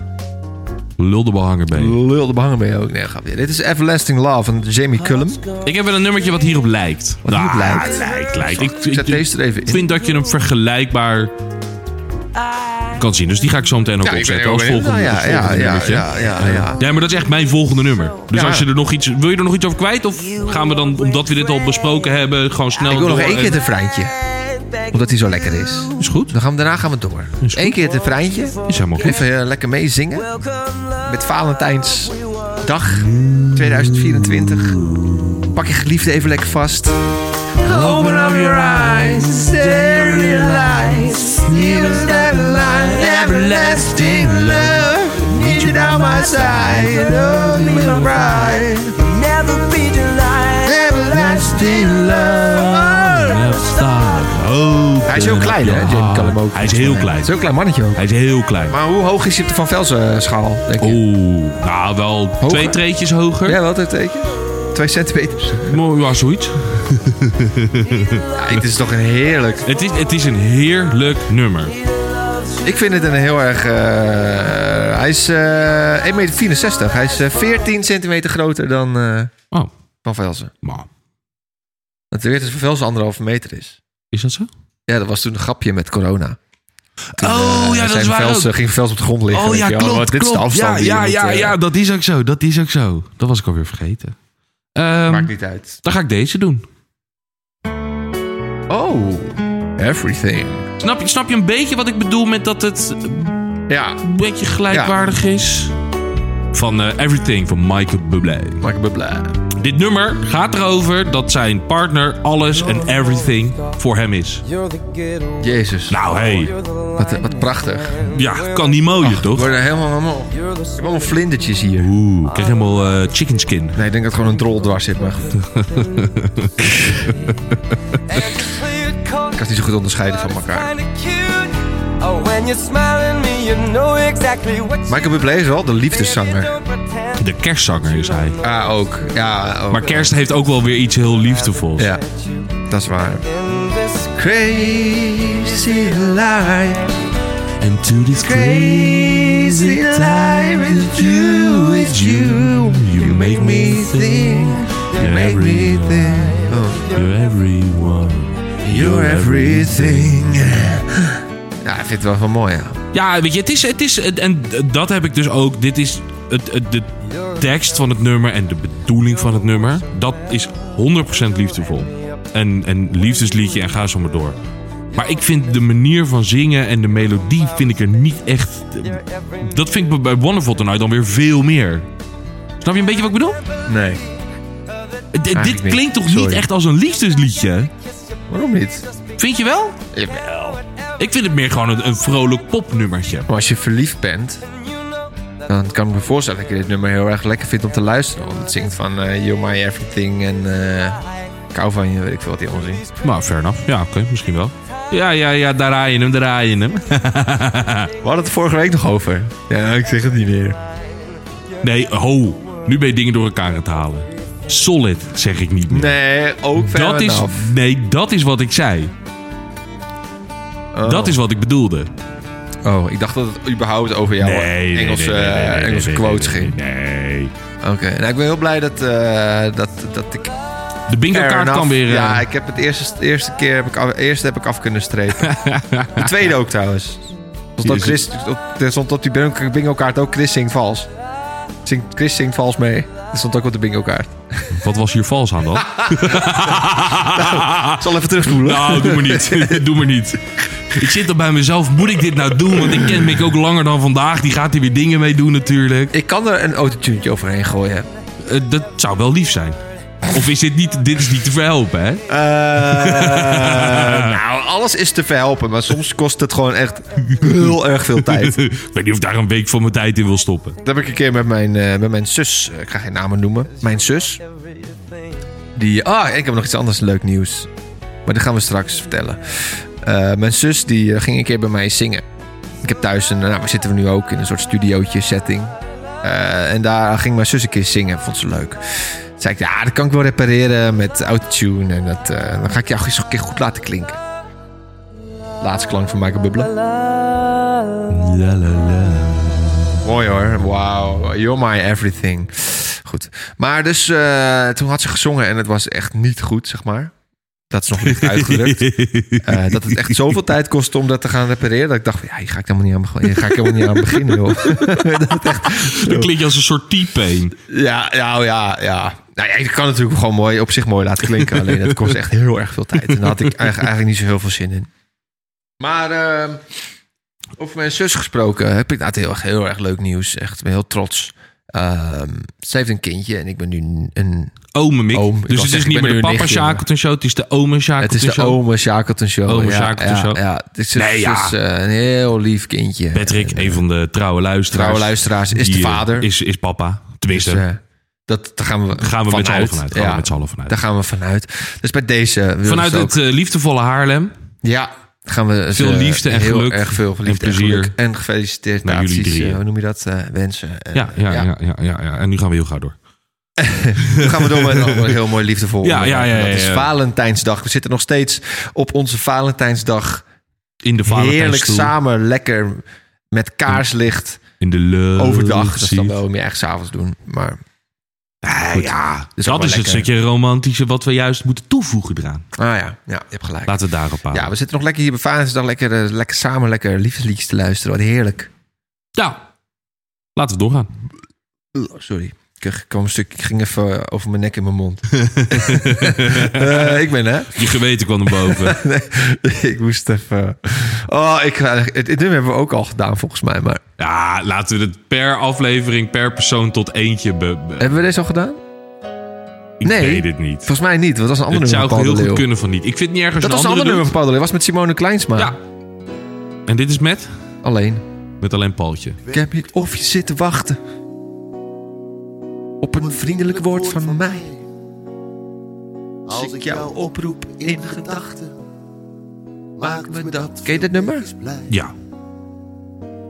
A: Lul de balhanger bij.
B: lul de behangen ben je ook. Nee, grapje. Dit is Everlasting Love van Jamie Cullum.
A: Ik heb wel een nummertje wat hierop lijkt. Nou,
B: Wat hierop lijkt?
A: lijkt, lijkt. Ik, ik-
B: Zet deze er even in.
A: ik vind dat je hem vergelijkbaar kan zien. Dus die ga ik zo meteen ook opzetten als volgende,
B: Nou
A: als
B: ja,
A: volgende
B: ja, ja,
A: nummertje.
B: ja, ja, ja.
A: Nee, maar dat is echt mijn volgende nummer. Dus
B: Ja.
A: als je er nog iets... Wil je er nog iets over kwijt? Of gaan we dan, omdat we dit al besproken hebben, gewoon snel
B: Ik wil nog
A: door
B: één
A: en-
B: keer het refreintje. Omdat hij zo lekker is.
A: Is goed.
B: Dan gaan we, daarna gaan we door.
A: Is goed.
B: Eén keer het refreintje.
A: Is helemaal goed.
B: Even eh, lekker meezingen.
C: Welcome,
B: Met Valentijnsdag
A: Mm.
B: 2024. Pak je geliefde even lekker vast. Open up your eyes, there lies. Here's that line, everlasting love. Need you down my side, oh, you my bride.
C: never be denied.
B: Everlasting love. Hij is heel klein, hè, Jamie Cullum ook.
A: Ah, Hij is heel klein.
B: Zo'n klein mannetje ook.
A: Hij is heel klein.
B: Maar hoe hoog is hij op de Van Velsen schaal, denk je?
A: Oeh, nou wel twee treetjes hoger.
B: Ja, wat een teken. Twee centimeters.
A: Mo- Ja, zoiets.
B: Ja, het is toch een heerlijk...
A: Het is, het is een heerlijk nummer.
B: Ik vind het een heel erg... eh, hij is eh 1,64 meter. Hij is eh, 14 centimeter groter dan eh,
A: Oh,
B: Van Velsen.
A: maar
B: Dat weet dat Van Velsen anderhalve meter is.
A: is dat zo?
B: Ja, dat was toen een grapje met corona. Toen,
A: Oh,
B: eh,
A: ja, dat
B: zijn
A: is waar
B: Velsen,
A: ook.
B: Ging Velsen op de grond liggen.
A: Oh
B: weet
A: ja,
B: je wel.
A: klopt,
B: Dit is
A: klopt.
B: de
A: Ja,
B: afstand die
A: ja,
B: je
A: ja,
B: moet, eh,
A: ja, dat is ook zo. Dat is ook zo. Dat was ik alweer vergeten. Ehm,
B: Maakt niet uit.
A: dan ga ik deze doen.
B: Oh, everything.
A: Snap je, snap je een beetje wat ik bedoel met dat het
B: Ja,
A: een beetje gelijkwaardig is? Van eh, Everything van Michael Bublé.
B: maak ik me blij.
A: Dit nummer gaat erover dat zijn partner alles en everything voor hem is.
C: You're the ghetto.
B: Jezus.
A: Nou, hey.
C: You're the
B: Wat- eh, wat
C: lightning
B: prachtig.
C: man.
A: Ja, kan niet mooier,
B: Ik word
A: toch?
B: er helemaal, helemaal, ik
A: [laughs]
C: You're the
B: heb allemaal vlindertjes hier.
A: Oeh, ik krijg helemaal eh, chicken skin.
B: Nee, ik denk dat gewoon een drol dwars zit, maar goed.
C: clear cut
B: Ik kan het niet zo goed onderscheiden van elkaar.
C: Kinda cute. Oh, when you're smiling at me, you know exactly what you
B: Michael Bublé is wel de liefdeszanger.
C: Don't pretend
A: De kerstzanger is hij.
B: Ah, ook. Ja, ook.
A: Maar kerst heeft ook wel weer iets heel liefdevols.
B: Ja, dat is waar.
C: in this
B: Crazy life,
A: And to this
B: crazy life with you, with you.
A: you make
B: Me think,
A: you're
B: make me think. Oh,
A: you're everyone,
B: you're everything. Ja, ik vind het wel van mooi, ja.
A: Ja, weet je, het is, het is, het- en dat heb ik dus ook. Dit is het, het- de tekst van het nummer en de bedoeling van het nummer. Dat is 100% liefdevol. En, en liefdesliedje en ga zo maar door. Maar ik vind de manier van zingen en de melodie vind ik er niet echt... Dat vind ik bij- bij Wonderful Tonight dan weer veel meer. Snap je een beetje wat ik bedoel?
B: Nee.
A: D- dit
B: Eigenlijk niet.
A: klinkt toch niet
B: Sorry.
A: echt als een liefdesliedje?
B: Waarom niet?
A: Vind je wel?
B: Jawel.
A: Ik vind het meer gewoon een, een vrolijk popnummertje.
B: Maar als je verliefd bent, dan kan ik me voorstellen dat je dit nummer heel erg lekker vindt om te luisteren. Want het zingt van eh, You're My Everything en eh ik hou van je, weet ik veel wat die onzin.
A: Maar fair enough. Ja, oké, misschien wel. Ja, ja, ja, daar raai je hem, daar raai je hem.
B: We hadden het vorige week nog over. Ja, ik zeg het niet meer.
A: Nee, ho. Nu ben je dingen door elkaar aan het halen. Solid, zeg ik niet meer.
B: Nee, ook ver
A: dat is,
B: af.
A: nee, dat is wat ik zei.
B: Oh.
A: Dat is wat ik bedoelde.
B: Oh, ik dacht dat het überhaupt over jouw
A: nee,
B: Engelse, eh,
A: nee, nee, nee, nee, nee,
B: Engelse
A: nee,
B: quotes
A: nee, nee,
B: ging.
A: Nee. nee.
B: Oké, nou ik ben heel blij dat, eh, dat, dat ik...
A: De bingo
B: fair
A: kaart
B: enough-
A: kan weer... eh,
B: Ja, ik heb het eerste, eerste keer heb ik af, eerste heb ik af kunnen
A: [laughs]
B: strepen. de tweede ook trouwens. Stond ook
A: is-
B: Chris, op, er stond op die bingo- bingo kaart ook Chris zingt vals. Zingt- Chris zingt vals mee. Dat stond ook op de bingo kaart.
A: Wat was hier vals aan dan?
B: [laughs] Ik zal even terugspoelen.
A: Ah. Nou, doe maar niet. [laughs] doe maar niet. Ik zit er bij mezelf. Moet ik dit nou doen? Want ik ken Mick ook langer dan vandaag. Die gaat hier weer dingen mee doen natuurlijk.
B: Ik kan er een autotune overheen
A: [laughs]
B: gooien.
A: Eh, dat zou wel lief zijn. Of is dit niet... Dit is niet te verhelpen, hè?
B: Eh, nou, alles is te verhelpen, maar soms kost het gewoon echt heel erg veel
A: [laughs]
B: tijd.
A: ik weet niet of ik daar een week van mijn tijd in wil stoppen.
B: Dat heb ik een keer met mijn, eh, met mijn zus, eh, ik ga geen namen noemen, mijn zus. Die, ah, ik heb nog iets anders leuk nieuws. Maar dat gaan we straks vertellen. Eh, mijn zus die eh, ging een keer bij mij zingen. Ik heb thuis een, nou, waar zitten we nu ook, in een soort studiootje setting. Eh, en daar ging mijn zus een keer zingen, vond ze leuk. Toen zei ik, ja, dat kan ik wel repareren met autotune. En dat, eh, dan ga ik jou eens een keer goed laten klinken. Laatste klank van Michael Bublé.
A: La, la, la.
B: Mooi hoor. Wauw. You're my everything. Goed. Maar dus eh, toen had ze gezongen en het was echt niet goed, zeg maar. Dat is nog licht uitgedrukt. Eh, dat het echt zoveel tijd kostte om dat te gaan repareren. Dat ik dacht, van, ja, hier ga ik helemaal niet aan, beg- hier ga ik helemaal niet aan beginnen, joh.
A: Dat klinkt als een soort T-pain.
B: Ja, ja, oh, ja, ja. Nou ja, ik kan het natuurlijk gewoon mooi, op zich mooi
A: [laughs]
B: laten klinken. Alleen dat kost echt heel erg veel tijd. En daar had ik eigenlijk, eigenlijk niet zo heel veel zin in. Maar ehm, over mijn zus gesproken heb ik nou heel, erg- heel erg leuk nieuws. Echt, ik ben heel trots. Ehm, ze heeft een kindje en ik ben nu een...
A: Ome Mick.
B: Oom, ik
A: dus
B: wou
A: het is
B: zeggen, ik
A: niet meer
B: ben
A: de
B: nu een
A: papa
B: nichtje,
A: Shackleton show. Het is de ome
B: Het
A: Shackleton
B: is
A: show.
B: de Ome Shackleton Show.
A: Ome
B: ja,
A: Shackleton
B: ja,
A: Show.
B: Ja, het is,
A: Nee, ja.
B: is, eh, een heel lief kindje.
A: Patrick,
B: En, eh,
A: een van de trouwe luisteraars.
B: Trouwe luisteraars is de
A: die, eh,
B: vader.
A: Is, is papa. Tenminste,
B: Dus, eh, dat, daar gaan we,
A: gaan we met z'n allen
B: vanuit.
A: vanuit. Gaan
B: Ja,
A: we met z'n allen vanuit.
B: daar gaan we vanuit. Dus bij deze... willen
A: Vanuit
B: ze ook-
A: het eh, liefdevolle Haarlem.
B: Ja, gaan we
A: Veel
B: ze
A: liefde en
B: heel
A: geluk
B: erg veel
A: en
B: liefde en
A: plezier
B: geluk en gefeliciteerd
A: naar jullie drieën.
B: hoe noem je dat eh, wensen. En,
A: Ja, ja, ja. Ja, ja, ja. En nu gaan we heel gauw door.
B: Dan gaan we door
A: [laughs]
B: met een ander heel mooi liefdevol.
A: Ja, ja, ja,
B: onderwerp. En
A: ja,
B: Dat is
A: ja.
B: Valentijnsdag. We zitten nog steeds op onze Valentijnsdag
A: In de
B: heerlijk
A: Valentijnstoel.
B: samen, lekker met kaarslicht
A: In de lucht.
B: overdag. Dat is dan wel om je echt s'avonds doen, maar Ah,
A: Nee, ja,
B: is ook
A: dat
B: wel
A: is het
B: lekker.
A: stukje romantische wat we juist moeten toevoegen eraan.
B: ah ja, ja, je hebt gelijk.
A: Laten we het daarop houden.
B: Ja, we zitten nog lekker hier bij Valentijnsdag lekker, eh, lekker samen lekker liefdesliedjes te luisteren. Wat heerlijk.
A: Nou, laten we doorgaan.
B: Ugh, Sorry. Ik kreeg- ik kwam een stuk, ik ging even eh, over mijn nek in mijn mond. [laughs] Eh, ik ben hè. [laughs]
A: Je geweten kwam naar boven.
B: Nee, [laughs] ik moest even. Oh, ik, het, dit nummer hebben we ook al gedaan volgens mij. Maar
A: Ja, laten we het per aflevering, per persoon tot eentje. Be, be-
B: hebben we deze al gedaan?
A: Ik
B: Nee.
A: weet het niet.
B: Volgens mij niet, want dat was een ander
A: Het zou
B: nummer van Paul
A: heel
B: de
A: goed
B: Leeuw.
A: kunnen van niet. Ik vind het niet erg als een
B: Dat was een ander
A: andere
B: nummer van Paul de Leeuw. was met Simone Kleinsma.
A: doet. Ja. En dit is met?
B: Alleen.
A: Met alleen Paultje.
B: Ik heb niet of je zit te wachten. Op een vriendelijk woord van mij.
D: Als ik jou
B: oproep
D: in gedachten maak me dat.
B: Ken je dit nummer?
D: blij.
A: Ja.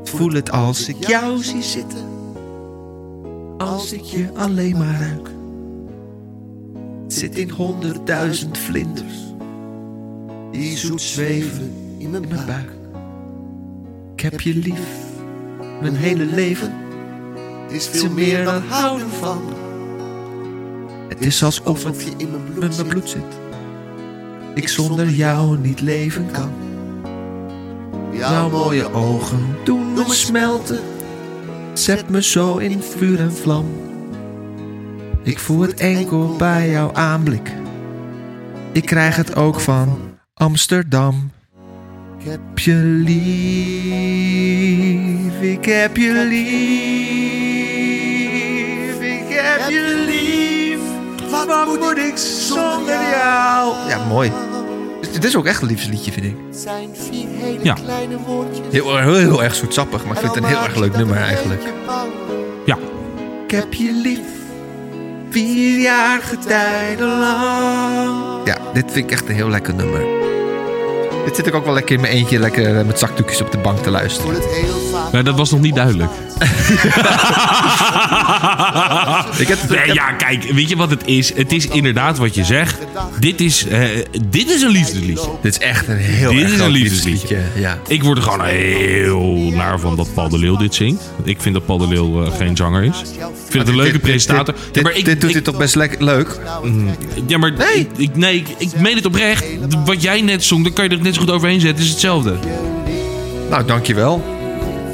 B: Voel het als ik jou zie zitten. Als ik je alleen maar ruik. Het Zit in honderdduizend vlinders
D: Die zoet zweven in mijn
B: in mijn
D: buik.
B: buik. Ik heb je lief. Mijn hele leven.
D: Het is veel meer dan houden van.
B: Het is alsof
D: Alsof
B: het
D: je in mijn bloed
B: in mijn
D: zit.
B: bloed zit. Ik zonder jou niet leven kan.
D: Jouw
B: Jouw mooie ogen doen me smelten. Zet me zo in vuur en vlam. Ik voel het enkel bij jouw aanblik. Ik krijg het ook van Amsterdam. Ik heb je lief, ik heb je lief, ik heb je lief. Wat moet ik zonder jou? Ja, mooi. Dit is ook echt een liefdesliedje, vind ik.
D: zijn vier hele
A: Ja.
D: kleine woordjes.
B: Heel, heel, heel erg zoetsappig, maar ik
D: En
B: vind het
D: dan
B: een heel
D: maak
B: erg
D: je
B: leuk
D: dat
B: nummer
D: een
B: eigenlijk.
D: beetje bang.
A: Ja.
B: Ik heb je lief, vier jaar getijden lang. Ja, dit vind ik echt een heel lekker nummer. Dit zit ik ook wel lekker in mijn eentje, lekker eh, met zakdoekjes op de bank te
D: Ik hoor
B: luisteren.
D: het heel vaak.
A: Maar dat was nog niet duidelijk.
B: Ik heb het, ik
A: Nee,
B: heb-
A: ja, kijk, weet je wat het is? Het is inderdaad wat je zegt. Dit is, eh, dit is een liefdesliedje.
B: Dit is echt een heel
A: Dit
B: erg
A: is een
B: groot
A: liefdesliedje.
B: liefdesliedje, Ja.
A: Ik word er gewoon heel naar van dat Paul de Leeuw dit zingt. Ik vind dat Paul de Leeuw eh, geen zanger is. Ik vind het een leuke
B: Dit- dit-
A: presentator.
B: Dit,
A: Ja,
B: dit,
A: maar ik-
B: dit doet
A: ik-
B: dit toch best lekker leuk?
A: Ja, maar
B: Nee.
A: ik, ik- nee, ik, ik meen het oprecht. Wat jij net zong, dan kan je er net zo goed overheen zetten. Het is hetzelfde.
B: Nou, dankjewel.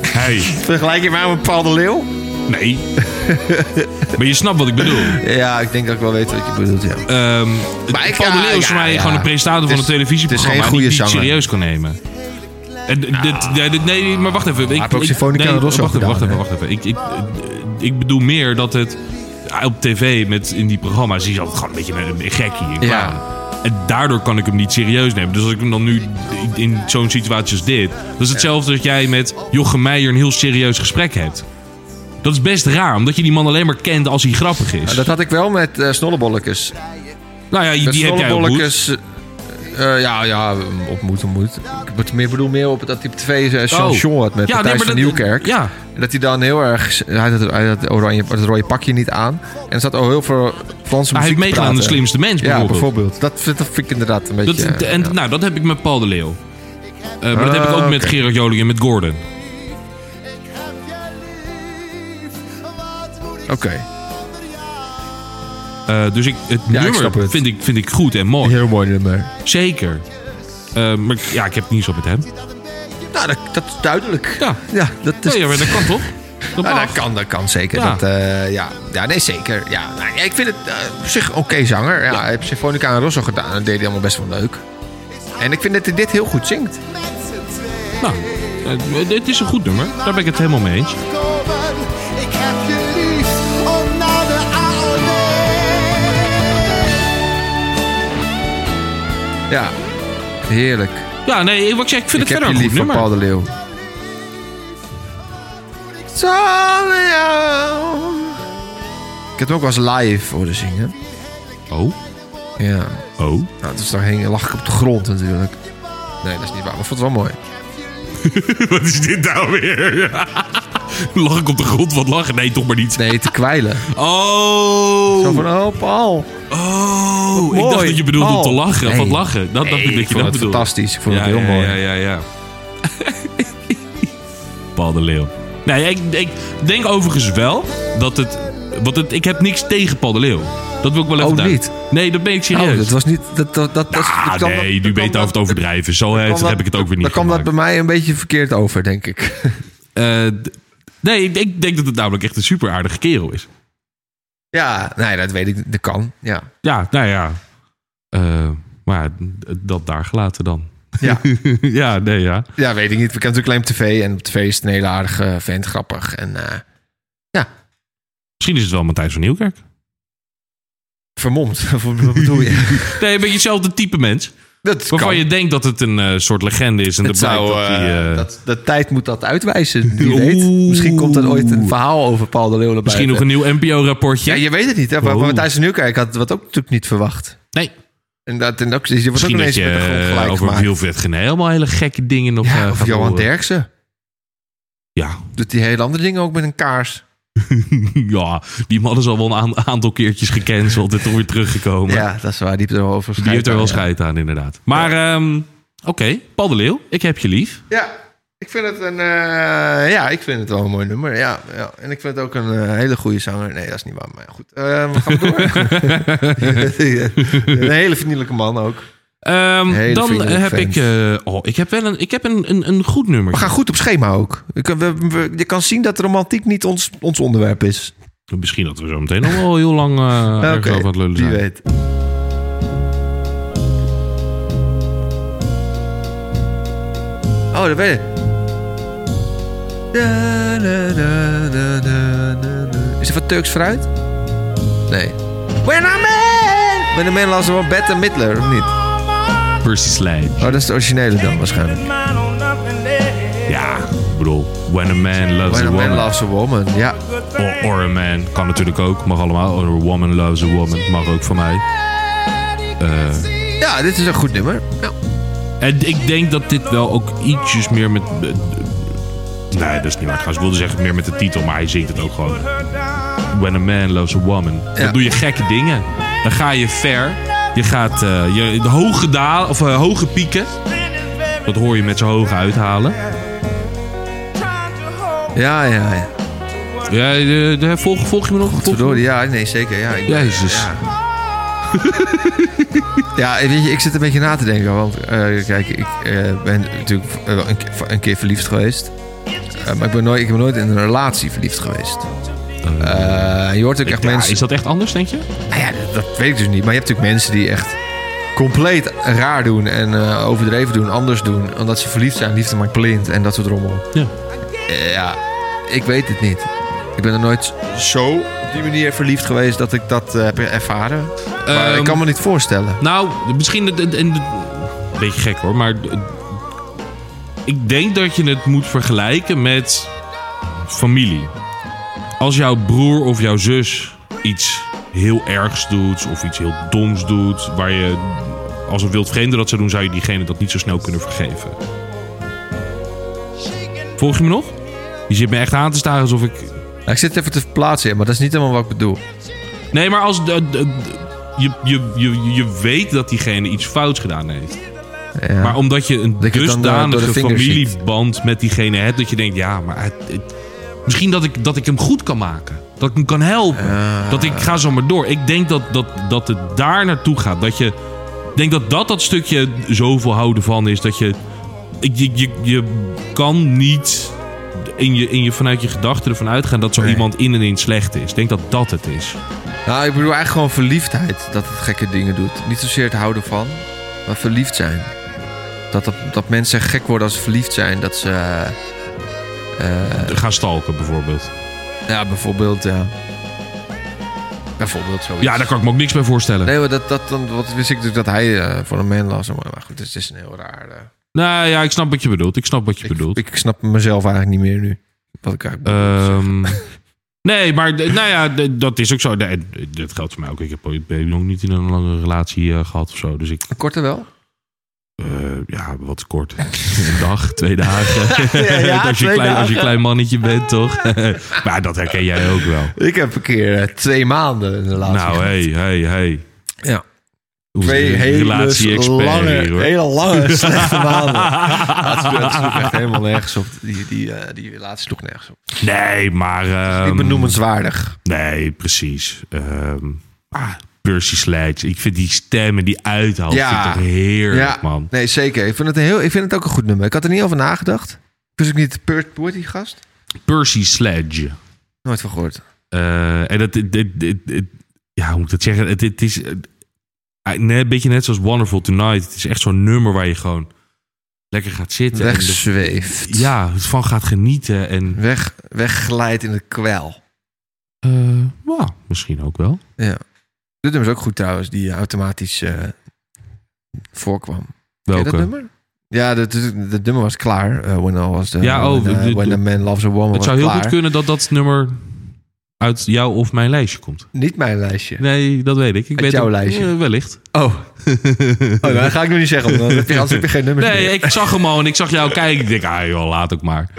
A: Hey.
B: Vergelijk je maar met Paul de Leeuw?
A: Nee. [laughs] maar je snapt wat ik bedoel.
B: Ja, ik denk dat ik wel weet wat je bedoelt, ja.
A: Ehm
B: Maar ik-
A: Paul de
B: ja,
A: Leeuw is voor
B: ja,
A: mij
B: ja.
A: gewoon een presentator
B: Het
A: van
B: is-
A: een televisieprogramma
B: het is geen
A: die die
B: goede
A: het
B: zanger. Nou.
A: serieus kan nemen. En dit- dit- nee, dit- nee, maar wacht even. Ik,
B: heeft ook
A: ik-
B: Sinfonica
A: nee,
B: de Rosso
A: wacht even, wacht even,
B: gedaan,
A: wacht even. Ik, ik, ik bedoel meer dat het op tv met in die programma's is altijd gewoon een beetje een, een gekkie. Een
B: Ja.
A: clown. En daardoor kan ik hem niet serieus nemen. Dus als ik hem dan nu in zo'n situatie als dit... Dat is hetzelfde dat jij met Jochem Meijer een heel serieus gesprek hebt. Dat is best raar, omdat je die man alleen maar kent als hij grappig is.
B: Nou, Dat had ik wel met eh Snollebollekes.
A: nou ja, die,
B: Met
A: heb jij ontmoet.
B: Snollebollekes... eh, eh, ja, ja, ontmoet, ontmoet. Ik bedoed meer, bedoel meer op dat hij op tv eh, chanson had met Thijs
A: Oh. nee, maar dat-
B: van Nieuwkerk.
A: Ja,
B: En Dat hij dan heel erg... Hij had het, hij had het oranje, het rode pakje niet aan. En er zat al heel veel Franse
A: hij
B: muziek
A: heeft
B: te
A: meegedaan aan de
B: praten.
A: slimste mens
B: Ja,
A: bijvoorbeeld.
B: bijvoorbeeld. Dat, vind- dat vind ik inderdaad een
A: dat,
B: beetje... eh,
A: en,
B: ja.
A: Nou, dat heb ik met Paul de Leeuw. Eh, maar dat heb ik ook
B: Ah,
A: met
B: oké.
A: Gerard Joling en met Gordon.
B: Oké.
A: Eh, dus ik, het
B: ik
A: nummer
B: snap het.
A: Vind, ik, vind ik goed en mooi.
B: Heel mooi nummer.
A: Zeker. Eh, maar ik- ja, ik heb het niet zo met hem.
B: Nou, dat, dat is duidelijk.
A: Ja.
B: Ja, dat is...
A: Nee, ja, maar dat kan toch? Dat
B: Nou,
A: mag.
B: dat kan, dat kan zeker.
A: Ja.
B: Dat, eh, ja. ja, nee, zeker. Ja, nou, ja, ik vind het eh, op zich oké zanger. Ja, Hij heeft Symfonica en Rosso gedaan. Dat deed hij allemaal best wel leuk. En ik vind dat hij dit heel goed zingt.
A: Nou, eh, dit is een goed nummer. Daar ben ik het helemaal mee eens.
D: Komen, Ik heb je lief om naar de oude.
B: Ja, heerlijk.
A: Ja, nee, wat ik zeg, ik vind
B: ik
A: het verder
B: heb je
A: een goed
B: lief van
A: nummer.
B: Paul de Leeuw. Zonder jou. Ik heb hem ook wel eens live horen zingen.
A: Oh,
B: Ja.
A: oh. [laughs]
B: Nou, dus daar hing, lag ik op de grond natuurlijk. Nee, dat is niet waar. Maar ik vond het wel mooi.
A: wat is dit nou weer? [laughs] lach ik op de grond wat lachen? Nee, toch maar niet.
B: Nee, te kwijlen.
A: Oh.
B: Zo van, oh Paul.
A: Oh, ik
B: Mooi.
A: dacht dat je bedoelde om te
B: Oh.
A: lachen.
B: Nee.
A: Van lachen. Dat dacht
B: Nee,
A: ik dat je
B: vond
A: dat
B: het
A: bedoelde.
B: fantastisch. Ik vond
A: ja,
B: het heel
A: ja,
B: mooi.
A: Ja, ja, ja. [laughs] Paul de Leeuw. Nee, ik, ik denk overigens wel dat het... Want het, ik heb niks tegen Paul de Leeuw. Dat wil ik wel even
B: Oh,
A: duidelijk-
B: niet?
A: Nee, dat ben ik
B: Oh,
A: serieus.
B: dat was niet... Dat, dat, dat, dat,
A: ah,
B: dat-
A: nee,
B: dat-
A: nu ben
B: dat-
A: je het
B: dat-
A: over het overdrijven. Zo heftig
B: dat-
A: heb ik het ook weer niet
B: Dan kwam dat bij
A: gemaakt.
B: mij een beetje verkeerd over, denk ik. [laughs]
A: Eh, d- Nee, ik- ik denk dat het namelijk echt een super aardige kerel is.
B: Ja, nee, dat weet ik. Dat kan, ja.
A: Ja, nou ja. Eh, maar ja, d- dat daar gelaten dan. [laughs]
B: Ja.
A: ja, nee, ja.
B: Ja, weet ik niet. We kennen natuurlijk alleen op tv. En op tv is het een hele aardige vent, grappig. En eh,
A: Misschien is het wel Matthijs van Nieuwkerk.
B: vermomd. [laughs] Of wat
A: [laughs]
B: bedoel je?
A: Nee, een beetje hetzelfde type mens.
B: Dat
A: Waarvan
B: kan.
A: je denkt dat het een eh, soort legende is. En
B: Het
A: dat blijkt
B: zou,
A: dat die...
B: eh,
A: eh,
B: dat, de tijd moet dat uitwijzen. Wie
A: Oeh.
B: weet. Misschien komt er ooit een verhaal over Paul de Leeuw erbij.
A: misschien nog een nieuw NPO-rapportje.
B: Ja, je weet het niet. Hè? Maar
A: Oeh.
B: Matthijs van Nieuwkerk had wat ook natuurlijk niet verwacht.
A: Nee,
B: En dat, en ook, die wordt ook
A: misschien dat
B: ineens
A: je
B: met de grond
A: eh,
B: gelijk
A: over
B: gemaakt.
A: Wilfred Gené helemaal hele gekke dingen nog
B: Ja,
A: eh,
B: of
A: gaat
B: Johan
A: horen.
B: Derksen.
A: Ja. [laughs]
B: Doet die hele andere dingen ook met een kaars.
A: ja, die man is al wel een aan- aantal keertjes gecanceld en toch weer teruggekomen.
B: Ja, dat is waar. Die heeft er wel over
A: Die heeft er wel
B: schijt.
A: scheid aan, inderdaad. Maar ehm, oké, Paul de Leeuw, ik heb je lief.
B: Ja. Ja, ik vind het een... eh, ja, ik vind het wel een mooi nummer. Ja, ja. En ik vind het ook een eh, hele goede zanger. Nee, dat is niet waar. Maar goed, Eh, we gaan [laughs] door. een hele vriendelijke man ook.
A: Ehm,
B: Hele
A: dan
B: vriendelijke
A: heb ik...
B: fans.
A: eh, oh, ik heb wel een, ik heb een, een, een goed nummer.
B: We gaan goed op schema ook. Je kan, we- we- je kan zien dat romantiek niet ons, ons onderwerp is.
A: Misschien dat we zo meteen nog wel heel lang eh ergens
B: [laughs] Oké,
A: over aan het lullen
B: wie
A: zijn.
B: weet. Oh, dat weet ik. Da, da, da, da, da, da, da. Is dat van Turks fruit? Nee. When a man! When a man was wel Bette Midler, of niet?
A: Percy Sledge.
B: Oh, dat is de originele dan waarschijnlijk.
A: Ja, ik bedoel, When a Man Loves
B: When
A: a
B: a man
A: Woman.
B: loves a woman, ja.
A: Or, or a Man, kan natuurlijk ook, mag allemaal. Or a Woman Loves a Woman, mag ook van mij. Eh,
B: Ja, dit is een goed nummer. Ja.
A: en ik denk dat dit wel ook ietsjes meer met... eh, eh, nee, dat is niet waar trouwens. Ik wilde zeggen meer met de titel, maar hij zingt het ook gewoon. When a Man Loves a Woman.
B: Ja.
A: Dan doe je gekke dingen. Dan ga je ver. Je gaat eh, je, de hoge, dalen, of, eh, hoge pieken. Dat hoor je met z'n hoge uithalen.
B: Ja, ja, ja.
A: Ja, de, de, volg, volg je me nog? Volg je me
B: Verdorie, ja, nee, zeker. Ja, ik-
A: Jezus. [laughs]
B: Ja. Ja, weet je, ik zit een beetje na te denken. Want eh, kijk, ik eh, ben natuurlijk eh, wel een, keer- een keer verliefd geweest. Eh, maar ik ben, nooit, ik ben nooit in een relatie verliefd geweest. Eh, je hoort ook echt
A: Oh. Ja,
B: mensen...
A: Is dat echt anders, denk je?
B: Nou ja, dat, dat weet ik dus niet. Maar je hebt natuurlijk mensen die echt compleet raar doen. En eh, overdreven doen, anders doen. Omdat ze verliefd zijn. Liefde maakt blind en dat soort rommel.
A: Ja.
B: Eh, ja, ik weet het niet. Ik ben er nooit zo op die manier verliefd geweest dat ik dat eh, heb ervaren. Maar ik
A: Ehm,
B: kan me niet voorstellen.
A: Nou, misschien... het- het- en- Een beetje gek hoor, maar... eh, Ik denk dat je het moet vergelijken met familie. Als jouw broer of jouw zus iets heel ergs doet... of iets heel doms doet... waar je als een wild vreemde dat zou doen... zou je diegene dat niet zo snel kunnen vergeven. Volg je me nog? Je zit me echt aan te staren alsof ik
B: Nou, ik zit even te verplaatsen, maar dat is niet helemaal wat ik bedoel.
A: Nee, maar als. de- de- je, je, je, je weet dat diegene iets fouts gedaan heeft.
B: Ja.
A: Maar omdat je een
B: Dat je het dan door- door de
A: dusdanige
B: vingers ziet.
A: familieband met diegene hebt. dat je denkt, ja, maar. het- het- misschien dat ik, dat ik hem goed kan maken. Dat ik hem kan helpen. Dat ik ga zo maar door. Ik denk dat, dat, dat het daar naartoe gaat. Dat je. Ik denk dat dat dat stukje zoveel houden van is. Dat je. ik- Je, je, je kan niet. In je, in je, vanuit je gedachten ervan uitgaan dat zo
B: Nee.
A: iemand in en in slecht is. Ik denk dat dat het is.
B: Nou, ik bedoel eigenlijk gewoon verliefdheid dat het gekke dingen doet. Niet zozeer het houden van, maar verliefd zijn. Dat, dat, dat mensen gek worden als ze verliefd zijn. Dat ze, eh,
A: Eh, Gaan stalken bijvoorbeeld.
B: ja, bijvoorbeeld, ja. Bijvoorbeeld zoiets.
A: Ja, daar kan ik me ook niks bij voorstellen.
B: Nee, maar dat, dat, dan, wat wist ik natuurlijk dat hij eh, voor een man las. Maar maar goed, het is een heel raar... eh,
A: Nou ja, ik snap wat je bedoelt. Ik snap wat je
B: ik,
A: bedoelt.
B: ik snap mezelf eigenlijk niet meer nu. Wat ik eigenlijk bedoel. [laughs]
A: Ehm, nee, maar d- nou ja, d- dat is ook zo. Nee, d- dat geldt voor mij ook. Ik heb ooit- ben nog niet in een lange relatie eh, gehad of zo. Dus ik,
B: Een korte wel?
A: eh, ja, wat kort. [laughs] een dag, twee dagen.
B: [laughs]
A: [laughs]
B: Ja, ja,
A: als, je
B: twee
A: klein, als je
B: dagen.
A: klein mannetje bent,
B: [laughs]
A: toch? [laughs] maar dat herken jij ook wel.
B: Ik heb een keer eh, twee maanden in de laatste.
A: Nou, hey, hey, hey.
B: Ja.
A: Hoe is
B: Twee
A: de
B: hele
A: relatie-expert
B: lange,
A: hier, hoor.
B: hele
A: [laughs]
B: lange slechte maanden. Dat sloeg- dat sloeg echt helemaal nergens op. Die, die, eh, die relatie sloeg nergens op.
A: Nee, maar...
B: ik
A: ehm,
B: benoemenswaardig.
A: Nee, precies. Ehm, ah, Percy Sledge. Ik vind die stemmen die uithaalt.
B: Ja.
A: Vind ik toch heerlijk, man.
B: Nee, zeker. Ik vind, het een heel, ik vind het ook een goed nummer. Ik had er niet over nagedacht. Dus ik niet Pert Poort, die gast?
A: Percy Sledge.
B: Nooit van gehoord.
A: Eh, en dat... dit- dit- dit- dit- ja, hoe moet ik dat zeggen? Het, het is... eh, eh, net- Een beetje net zoals Wonderful Tonight. Het is echt zo'n nummer waar je gewoon lekker gaat zitten. en er-
B: Wegzweeft.
A: ja, van gaat genieten. En
B: Weg, wegglijdt in het kwel.
A: eh, nou, misschien eh, ook wel.
B: Ja. Dit nummer is ook goed trouwens, die automatisch eh, voorkwam. Ken je
A: Welke?
B: dat nummer? Ja, dat, dat, dat nummer was klaar. eh, when I was the,
A: Ja, oh,
B: when, eh,
A: dit-
B: when a man loves a woman
A: het
B: was
A: zou heel
B: klaar.
A: goed kunnen dat dat nummer uit jou of mijn lijstje komt.
B: Niet mijn lijstje.
A: Nee, dat weet ik. ik
B: Uit
A: weet
B: jouw
A: ook-
B: lijstje?
A: eh, wellicht.
B: [laughs] Oh. oh, dat ga ik nog niet zeggen. want Dan heb je, anders heb je geen nummer
A: Nee,
B: meer.
A: ik zag hem al en ik zag jou kijken. Ik denk, ah joh, laat ook maar.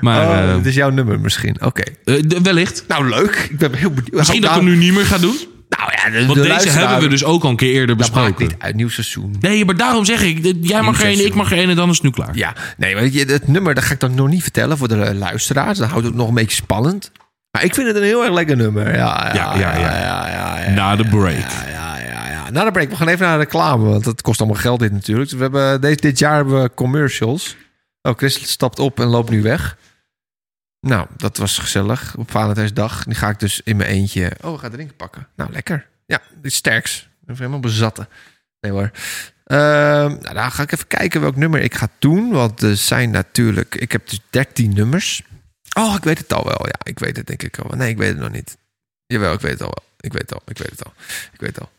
A: Maar
B: Oh,
A: eh,
B: het is jouw nummer misschien. Oké.
A: eh, d- wellicht.
B: Nou, leuk. Ik ben heel benieuwd.
A: Misschien dat ik
B: Nou,
A: hem nu niet meer ga doen.
B: Nou ja, de,
A: Want
B: de
A: deze
B: luisteraar-
A: hebben we dus ook al een keer eerder
B: Dat maakt
A: besproken.
B: niet uit. Nieuw seizoen.
A: Nee, maar daarom zeg ik, d- jij mag geen, ik mag geen en dan is het nu klaar.
B: Ja, nee, maar je, het nummer dat ga ik dan nog niet vertellen voor de eh, luisteraars. Dat houdt het nog een beetje spannend. Maar ik vind het een heel erg lekker nummer. Ja, ja, ja. ja, ja, ja, ja, ja,
A: Na de break.
B: ja, ja, ja. Na de break, we gaan even naar de reclame. Want dat kost allemaal geld dit natuurlijk. Dus we hebben, deze, dit jaar hebben we commercials. Oh, Chris stapt op en loopt nu weg. Nou, dat was gezellig. Op Valentijnsdag. Nu ga ik dus in mijn eentje... Oh, we gaan drinken pakken. Nou, lekker. Ja, iets sterks. Even helemaal bezatten. Nee hoor. Ehm, nou, dan ga ik even kijken welk nummer ik ga doen. Want er zijn natuurlijk... Ik heb dus 13 nummers. Oh, ik weet het al wel. Ja, ik weet het denk ik al wel. Nee, ik weet het nog niet. Jawel, ik weet het al wel. Ik weet het al. Ik weet het al. Ik weet het al.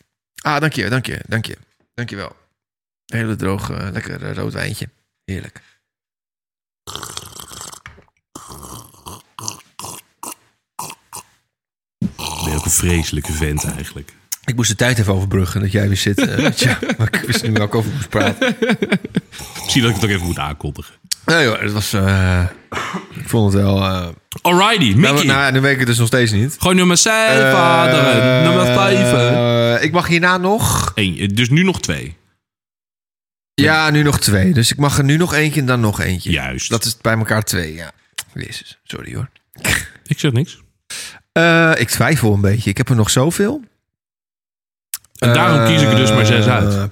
B: Ah, dank je, dank je, dank je. Dank je wel. Hele droog, eh, lekker eh, rood wijntje. Heerlijk.
A: Ik ben ook een vreselijke vent eigenlijk.
B: Ik moest de tijd even overbruggen dat jij weer zit. [laughs] eh, met jou. maar ik wist niet meer waar ik over moest praten.
A: Misschien dat ik het ook even moet aankondigen.
B: Nee hoor, het was... eh, ik vond het wel... eh,
A: Alrighty, Mickey.
B: nou, nou ja, nu weet ik het dus nog steeds niet.
A: Gewoon nummer 7, vader.
B: Eh,
A: Nummer 5.
B: eh, ik mag hierna nog...
A: Eén, dus nu nog twee.
B: Ja, nu nog twee. Dus ik mag er nu nog eentje en dan nog eentje. Dus
A: Juist.
B: Dat is bij elkaar twee, ja. Jezus, sorry hoor.
A: Ik zeg niks.
B: Eh, ik twijfel een beetje. Ik heb er nog zoveel.
A: En daarom kies ik er dus maar zes
B: Eh,
A: uit.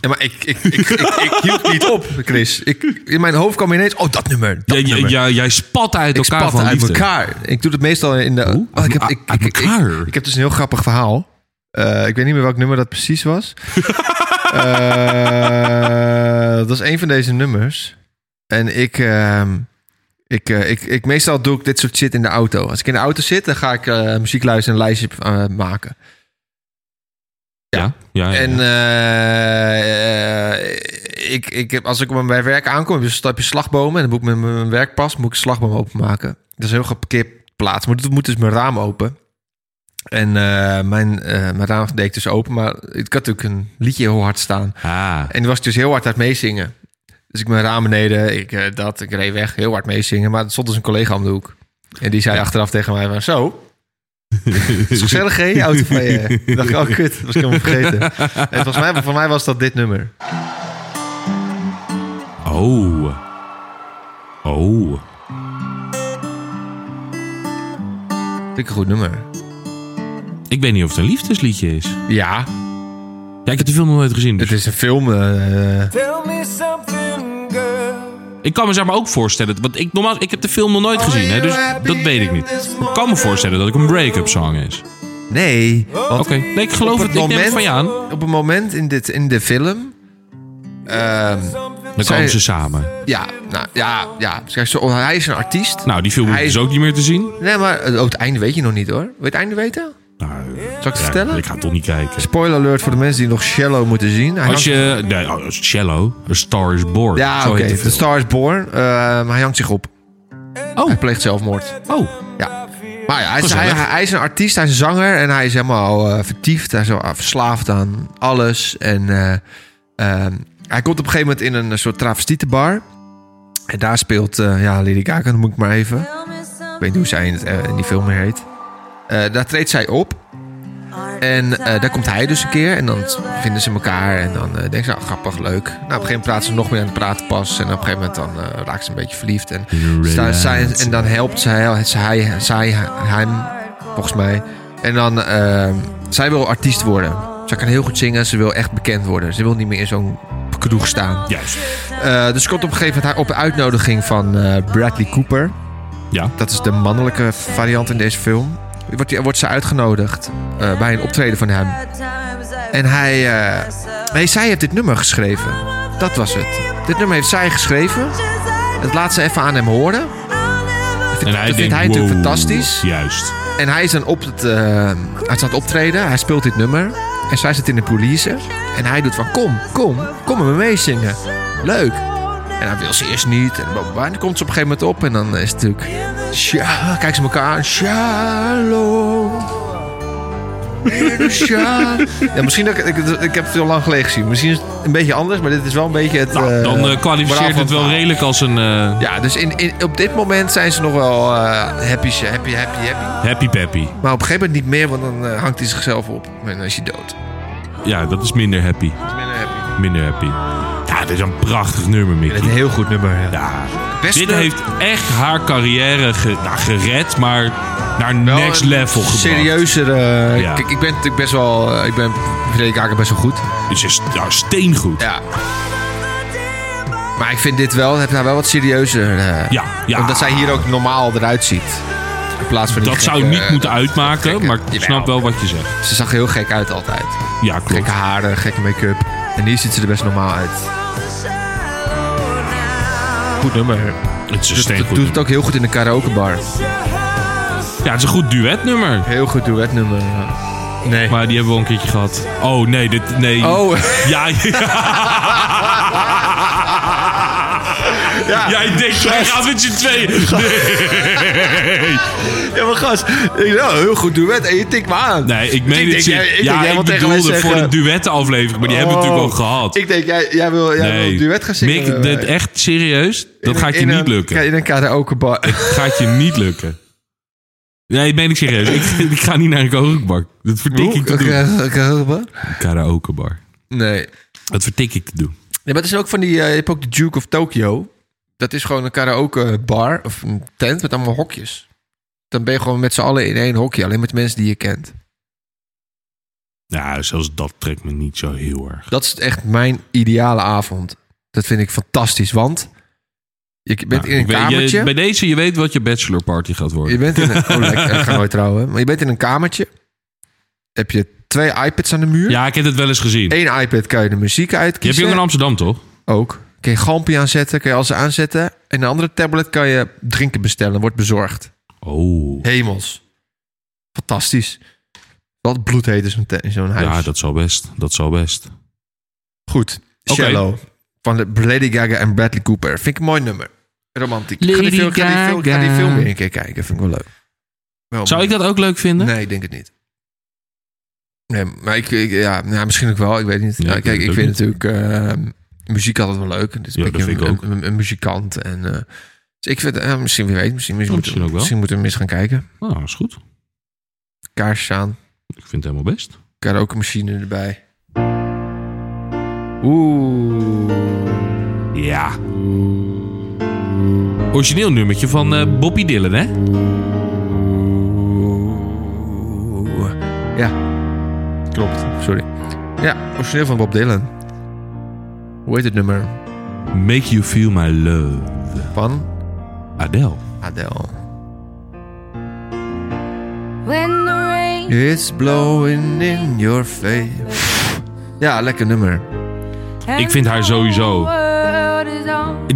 B: Ja, maar ik, ik, ik, ik, ik,
A: [laughs]
B: hield niet op, Chris. Ik, in mijn hoofd kwam ineens... Oh, dat nummer. Dat
A: Jij, jij-
B: nummer.
A: jij- jij spat uit
B: ik
A: elkaar
B: spat
A: van
B: uit
A: liefde.
B: elkaar. Ik doe dat meestal in de...
A: Oeh,
B: oh, ik, heb,
A: uit
B: ik, ik, ik,
A: elkaar.
B: ik- ik heb dus een heel grappig verhaal. Eh, ik weet niet meer welk nummer dat precies
A: [laughs]
B: was. Eh, dat was een van deze nummers. En ik... ehm, ik, eh, ik, ik, meestal doe ik dit soort shit in de auto. Als ik in de auto zit, dan ga ik eh, muziek luisteren en een lijstje eh, maken.
A: Ja, ja, ja, ja.
B: En eh, eh, ik, ik heb, als ik op mijn werk aankom, dus stap je slagbomen en dan moet ik met mijn werkpas moet ik een slagboom openmaken. Dat is een heel geparkeerplaats, maar dat moet dus mijn raam open. En eh, mijn, eh, mijn raam deed ik dus open, maar ik had natuurlijk een liedje heel hard staan.
A: Ah,
B: En die was ik dus heel hard aan het meezingen. Dus ik mijn raam beneden, ik, eh, dat, ik reed weg, heel hard meezingen. Maar er stond dus een collega om de hoek. En die zei achteraf tegen mij van, [laughs] zo, is gezellig hè, je auto van je. Ik dacht, oh kut, dat was ik helemaal [laughs] vergeten. En volgens mij, voor mij was dat dit nummer.
A: oh. Oh.
B: Vind ik een goed nummer.
A: Ik weet niet of het een liefdesliedje is.
B: Ja,
A: Ja, ik heb de film nog nooit gezien. dus
B: het is een film. eh, eh,
D: Tell me something, girl.
A: Ik kan me zeg maar ook voorstellen... Want ik, normaal, ik heb de film nog nooit gezien, hè, dus dat weet ik niet. Maar ik kan me voorstellen dat het een break-up song is.
B: nee, want
A: Oké, nee, ik geloof
B: Op
A: het.
B: het
A: Ik neem het
B: moment-
A: van je aan.
B: op een moment in, dit, in de film... ehm,
A: Dan komen ze
B: Zij-
A: samen.
B: ja, nou, ja, ja. Dus kijk, zo- Hij is een artiest.
A: Nou, die film
B: Hij-
A: is ook niet meer te zien.
B: Nee, maar eh, oh, het einde weet je nog niet hoor. Wil je het einde weten?
A: Nou, eh,
B: Zal ik het vertellen?
A: ik ga toch niet kijken.
B: Spoiler alert voor de mensen die nog Shallow moeten zien.
A: Als
B: Hij hangt-
A: je... Nee, oh, Shallow. A Star is Born.
B: Ja,
A: Zo
B: oké. dus-
A: heet de
B: The
A: film.
B: Star is Born. Ehm, hij hangt zich op. Oh. Hij pleegt zelfmoord.
A: Oh,
B: Maar ja, hij is, hij,
A: Gezellig.
B: hij is een artiest, hij is een zanger en hij is helemaal eh, vertiefd. Hij is wel, eh, verslaafd aan alles. En eh, ehm, hij komt op een gegeven moment in een soort travestietenbar. En daar speelt eh, ja, Lady Gaga, noem ik maar even. Ik weet niet hoe zij in, het, eh, in die film meer heet. Eh, daar treedt zij op. En eh, daar komt hij dus een keer. En dan vinden ze elkaar. En dan eh denken ze, nou, grappig, leuk. Nou, op een gegeven moment praten ze nog meer aan het praten pas. En op een gegeven moment dan eh, raakt ze een beetje verliefd. En,
A: Mhm.
B: sta- zij, en dan helpt zij, zij, zij hem, volgens mij. En dan, eh, zij wil artiest worden. Zij kan heel goed zingen. Ze wil echt bekend worden. Ze wil niet meer in zo'n kroeg staan.
A: juist.
B: Eh, dus komt op een gegeven moment haar op uitnodiging van eh, Bradley Cooper.
A: Ja.
B: Dat is de mannelijke variant in deze film. Wordt, die- wordt ze uitgenodigd eh, bij een optreden van hem. En hij... eh, nee, zij heeft dit nummer geschreven. Dat was het. Dit nummer heeft zij geschreven. Het laat ze even aan hem horen. Dat vindt-
A: En hij
B: dat
A: denkt,
B: vindt hij natuurlijk
A: wow,
B: fantastisch.
A: Juist.
B: En hij is dan op het, eh, hij is aan het optreden. Hij speelt dit nummer. En zij zit in de police. En hij doet van, kom, kom, kom met me meezingen. Leuk. En hij wil ze eerst niet. En, blablabla. en dan komt ze op een gegeven moment op. En dan is het natuurlijk... Sha, kijk ze elkaar aan. Shalom. Sha. Ja, misschien dat ik, ik, ik heb het heel lang geleden gezien. Misschien is het een beetje anders, maar dit is wel een beetje het...
A: Nou,
B: eh,
A: dan eh,
B: moraal
A: kwalificeert
B: van
A: het wel
B: verhaal.
A: redelijk als een eh,
B: Ja, dus in, in, op dit moment zijn ze nog wel eh happy, happy, happy, happy.
A: happy peppy.
B: Maar op een gegeven moment niet meer, want dan eh, hangt hij zichzelf op. En dan is hij dood.
A: Ja, dat is minder happy.
B: Dat is minder happy.
A: Minder happy. Ja, dit is een prachtig nummer,
B: Het is
A: Mickey.
B: een heel goed nummer. Ja.
A: Ja.
B: Best
A: Dit
B: nummer-
A: heeft echt haar carrière ge- nou, gered, maar naar
B: wel
A: next
B: een
A: level gebracht.
B: Serieuzer. eh,
A: Ja.
B: Kijk, ik ben natuurlijk best wel. eh, ik ben Frederik Aker best wel goed.
A: Het is nou, steengoed.
B: Ja. Maar ik vind dit wel. Heb daar wel wat serieuzer. eh,
A: Ja, ja.
B: Omdat zij hier ook normaal eruit ziet. In plaats van die
A: Dat zou
B: gekke,
A: niet moeten
B: eh,
A: uitmaken,
B: gekke-
A: maar ik
B: Jawel.
A: snap wel wat je zegt.
B: Ze zag er heel gek uit altijd.
A: Ja, klopt.
B: Gekke haren, gekke make-up. En hier ziet ze er best normaal uit. Goed nummer.
A: Het is een
B: Dus dat
A: steengoed
B: doet het
A: nummer.
B: ook heel goed in de karaokebar.
A: Ja, het is een goed duetnummer.
B: Heel goed duetnummer. ja. Nee.
A: Maar die hebben we al een keertje gehad. Oh, nee, dit... Nee.
B: Oh. [laughs]
A: Ja, ja. Jij denkt, wij gaan met z'n tweeën.
B: Ja, maar gast. ik- Ja, heel goed duet. En je tikt me aan.
A: Nee, ik
B: Ik
A: meen
B: denk
A: het
B: jij- ik
A: serieus.
B: denk jij
A: Ja, ik
B: wil tegen mij
A: bedoelde voor
B: zeggen-
A: een duettenaflevering, maar die hebben we
B: Oh.
A: natuurlijk al gehad.
B: Ik denk, jij, jij wil, jij wil een duet gaan zingen. eh,
A: Mick, dit, echt serieus? Dat
B: In-
A: gaat je
B: in
A: niet
B: een-
A: lukken.
B: In een karaokebar.
A: gaat je niet lukken. Nee, dat meen ik serieus. Ik, [laughs] ik ga niet naar een karaokebar. Dat vertik ik te doen.
B: Een karaokebar?
A: Karaokebar.
B: Nee.
A: Dat vertik ik te doen.
B: Ja, maar het is ook van die... eh, je hebt ook de Duke of Tokyo. Dat is gewoon een karaokebar of een tent met allemaal hokjes. Dan ben je gewoon met z'n allen in één hokje. Alleen met mensen die je kent.
A: Nou, zelfs dat trekt me niet zo heel erg.
B: Dat is echt mijn ideale avond. Dat vind ik fantastisch, want... Je bent
A: Nou,
B: in een
A: ik weet- je-
B: kamertje.
A: bij deze, je weet wat je bachelorparty gaat worden.
B: Je bent in een... Oh, lekker. Ik ga nooit trouwen. Maar je bent in een kamertje. Heb je twee iPads aan de muur.
A: Ja, ik heb het wel eens gezien.
B: Eén iPad kan je de muziek
A: Je hebt
B: uitkiezen.
A: je ook in Amsterdam, toch?
B: Ook. Kun je galmpje aanzetten, kun je alles aanzetten. En de andere tablet kan je drinken bestellen, wordt bezorgd.
A: Oh.
B: Hemels. Fantastisch. Wat bloedheet is een te- in zo'n huis.
A: Ja, dat zal best. Dat zal best.
B: Goed.
A: Oké.
B: Shallow. Van de Lady Gaga en Bradley Cooper. Vind ik een mooi nummer. Romantiek. Ik ga, die
A: Lady
B: film, ik ga, die film, ik ga die
A: Gaga.
B: film weer een keer kijken. Vind ik wel leuk. Wel
A: Zou ik dat ook leuk vinden?
B: Nee, ik denk het niet. Nee, maar ik, ik- ja, nou, misschien ook wel, ik weet niet.
A: Ja,
B: Nou,
A: ik
B: kijk, ik
A: weet het
B: vind
A: ook
B: natuurlijk ehm, muziek altijd wel leuk. Dit is
A: Ja,
B: een
A: dat
B: beetje
A: vind ik
B: een,
A: ook.
B: Een, een muzikant. En, eh, dus ik vind, eh, misschien wie weet, misschien, misschien,
A: Oh, misschien
B: moeten,
A: ook wel.
B: misschien moeten we hem eens gaan kijken.
A: Nou, dat is goed.
B: Kaarsjes aan,
A: Ik vind het helemaal best.
B: karaoke machine erbij. Oeh.
A: Ja. Origineel nummertje van eh, Bobby Dylan, hè?
B: Oeh. Ja. Klopt. Sorry. Ja, origineel van Bob Dylan. Hoe heet het nummer?
A: Make You Feel My Love.
B: Van
A: Adele.
B: Adele.
E: When the rain
B: It's blowing in your face. Ja, lekker nummer.
A: Ik vind haar sowieso-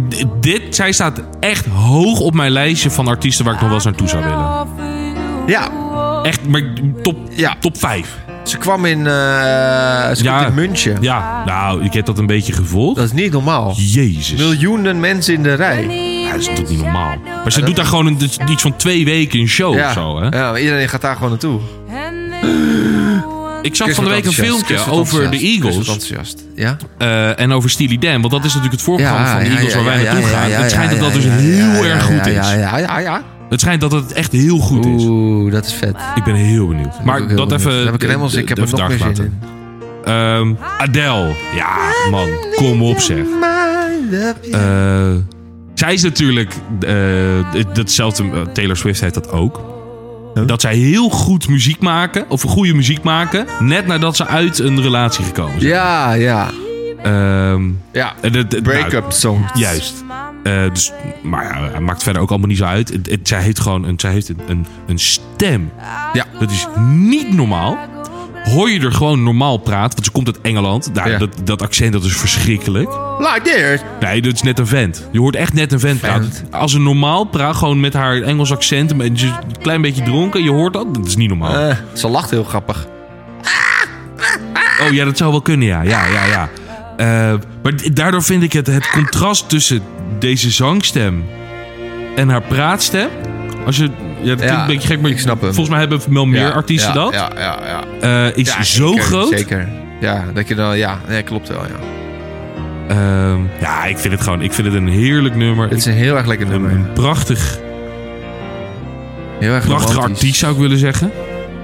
A: D- dit, zij staat echt hoog op mijn lijstje van artiesten waar ik nog wel eens naartoe zou willen.
B: Ja.
A: Echt, maar top,
B: Ja.
A: top 5.
B: Ze kwam in, eh ze
A: Ja.
B: kwam in München.
A: Ja, nou, ik heb dat een beetje gevolgd.
B: Dat is niet normaal.
A: Jezus.
B: Miljoenen mensen in de rij.
A: Ja, dat is toch niet normaal. Maar ze doet daar gewoon een, dus iets van twee weken een show
B: Ja.
A: of Oh, zo, hè?
B: ja, maar iedereen gaat daar gewoon naartoe.
A: Ik
B: Chris
A: zag van de
B: wordt
A: week een
B: enthousiast, Chris
A: filmpje
B: wordt
A: over de
B: enthousiast, Chris wordt
A: Eagles
B: enthousiast. Ja?
A: eh, en over Steely Dan. Want dat is natuurlijk het voorprogramma van de Eagles waar wij naartoe gaan. het schijnt dat dat dus heel erg goed
B: Ja,
A: is.
B: ja, ja, ja.
A: Het schijnt dat het echt heel goed is.
B: Oeh, dat is vet.
A: Ik ben heel benieuwd. Maar
B: ik ook
A: dat
B: heel benieuwd.
A: even...
B: Dan heb ik er helemaal zin- ik heb er
A: even
B: nog
A: daar
B: meer zin
A: gelaten. Ehm, Adele. Ja, man. Kom op, zeg. Eh, zij is natuurlijk... eh datzelfde... eh, Taylor Swift heeft dat ook. Dat zij heel goed muziek maken. Of goede muziek maken. Net nadat ze uit een relatie gekomen zijn.
B: Ja, ja.
A: Ehm,
B: ja.
A: en het- het- nou,
B: Break-up song.
A: Juist. Eh, dus, maar ja, het maakt verder ook allemaal niet zo uit. Het, het- zij heeft gewoon een, zij heeft een, een, een stem.
B: Ja.
A: Dat is niet normaal. hoor je er gewoon normaal praat. Want ze komt uit Engeland. Daar,
B: Ja.
A: dat, dat accent dat is verschrikkelijk.
B: Like this.
A: Nee, dat is net een vent. Je hoort echt net een vent praten.
B: Vent.
A: Als ze normaal praat, gewoon met haar Engels accent. Een beetje- een klein beetje dronken. Je hoort dat. Dat is niet normaal.
B: Eh, ze lacht heel grappig. Eh.
A: Oh ja, dat zou wel kunnen, ja. Ja, ja, ja. Eh, maar d- daardoor vind ik het, het contrast tussen deze zangstem en haar praatstem. Als je, ja, dat klinkt
B: Ja,
A: een beetje gek, maar
B: ik snap hem.
A: volgens mij hebben wel meer
B: Ja,
A: artiesten
B: ja,
A: dat.
B: Ja, ja, ja.
A: Eh, is
B: Ja,
A: zo
B: zeker,
A: groot.
B: Zeker. Ja, dat je dan, ja, nee, klopt wel. Ja.
A: Ehm, ja, ik vind het gewoon ik vind het een heerlijk nummer.
B: Het is een heel erg lekker
A: Ik- een,
B: nummer.
A: een prachtig,
B: Heel erg
A: prachtige
B: romantisch.
A: artiest zou ik willen zeggen.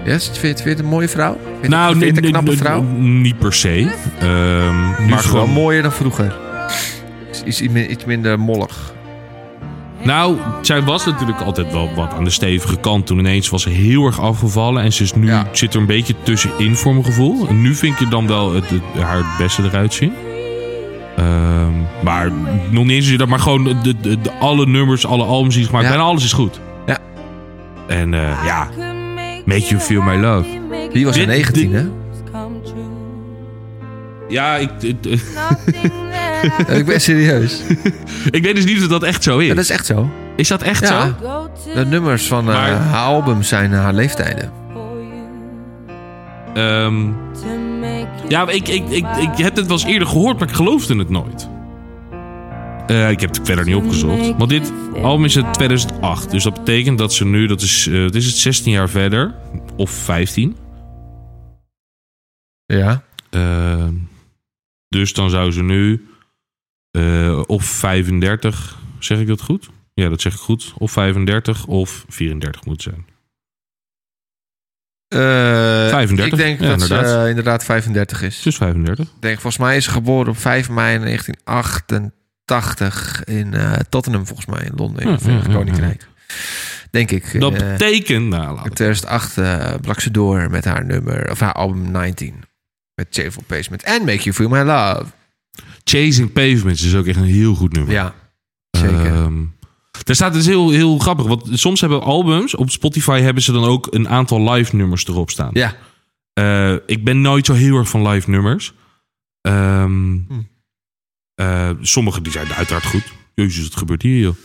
B: Yes, vind je het- vind je het een mooie vrouw? Vind je het- vind je
A: Nou, nee,
B: het een
A: nee,
B: knappe
A: nee,
B: vrouw? Nu
A: Niet per se. Ehm,
B: is
A: maar
B: ze wel
A: gewoon
B: mooier dan vroeger. Is iets, iets min- iets minder mollig.
A: Nou, zij was natuurlijk altijd wel wat aan de stevige kant. Toen ineens was ze heel erg afgevallen. En ze is nu,
B: Ja.
A: zit er een beetje tussenin voor mijn gevoel. En nu vind ik er dan wel het, het- haar het beste eruit zien. Ehm, maar nog niet eens dat, maar gewoon de, de, de- alle nummers, alle albums die ze gemaakt.
B: Ja.
A: Bijna alles is goed.
B: Ja.
A: En eh, [gasps] ja,
E: Make you feel my love.
B: Die was
A: Dit-
B: een 19,
A: dit-
B: hè?
A: ja ik, het- [laughs] eh,
B: [laughs] Eh, Ik ben serieus.
A: ik weet dus niet of dat echt zo is.
B: Ja, dat is echt zo.
A: Is dat echt
B: Ja.
A: zo?
B: De nummers van eh,
A: Maar-
B: haar album zijn haar leeftijden.
A: Ehm, Ja, ik, ik, ik, ik heb dit wel eens eerder gehoord, maar ik geloofde het nooit. Eh, ik heb het verder niet opgezocht. Want dit album is uit 2008. Dus dat betekent dat ze nu, dat is, eh, wat is het 16 jaar verder. Of 15.
B: Ja.
A: Eh, dus dan zou ze nu, eh, of 35, zeg ik dat goed? Ja, dat zeg ik goed. Of 35 of 34 moet zijn. 35.
B: Eh, Ik denk
A: Ja,
B: dat ze
A: inderdaad.
B: eh, inderdaad 35 is.
A: Dus 35.
B: Ik denk, volgens mij is ze geboren op 5 mei 1988 in eh, Tottenham, volgens mij, in Londen, in
A: Ja,
B: het Verenigd
A: ja, ja,
B: Koninkrijk. Denk ik.
A: Dat
B: eh,
A: betekent, nou, laat
B: in
A: ik-
B: 2008 eh, brak ze door met haar nummer, of haar album 19. Met Cheerful Pavement en Make You Feel My Love.
A: Chasing Pavements is ook echt een heel goed nummer.
B: Ja, zeker.
A: Ehm, daar staat dus heel, heel grappig. Want soms hebben albums op Spotify hebben ze dan ook een aantal live nummers erop staan.
B: ja,
A: Eh, ik ben nooit zo heel erg van live nummers. Ehm,
B: Hm.
A: eh, sommige die zijn uiteraard goed. Jezus, wat gebeurt hier, joh?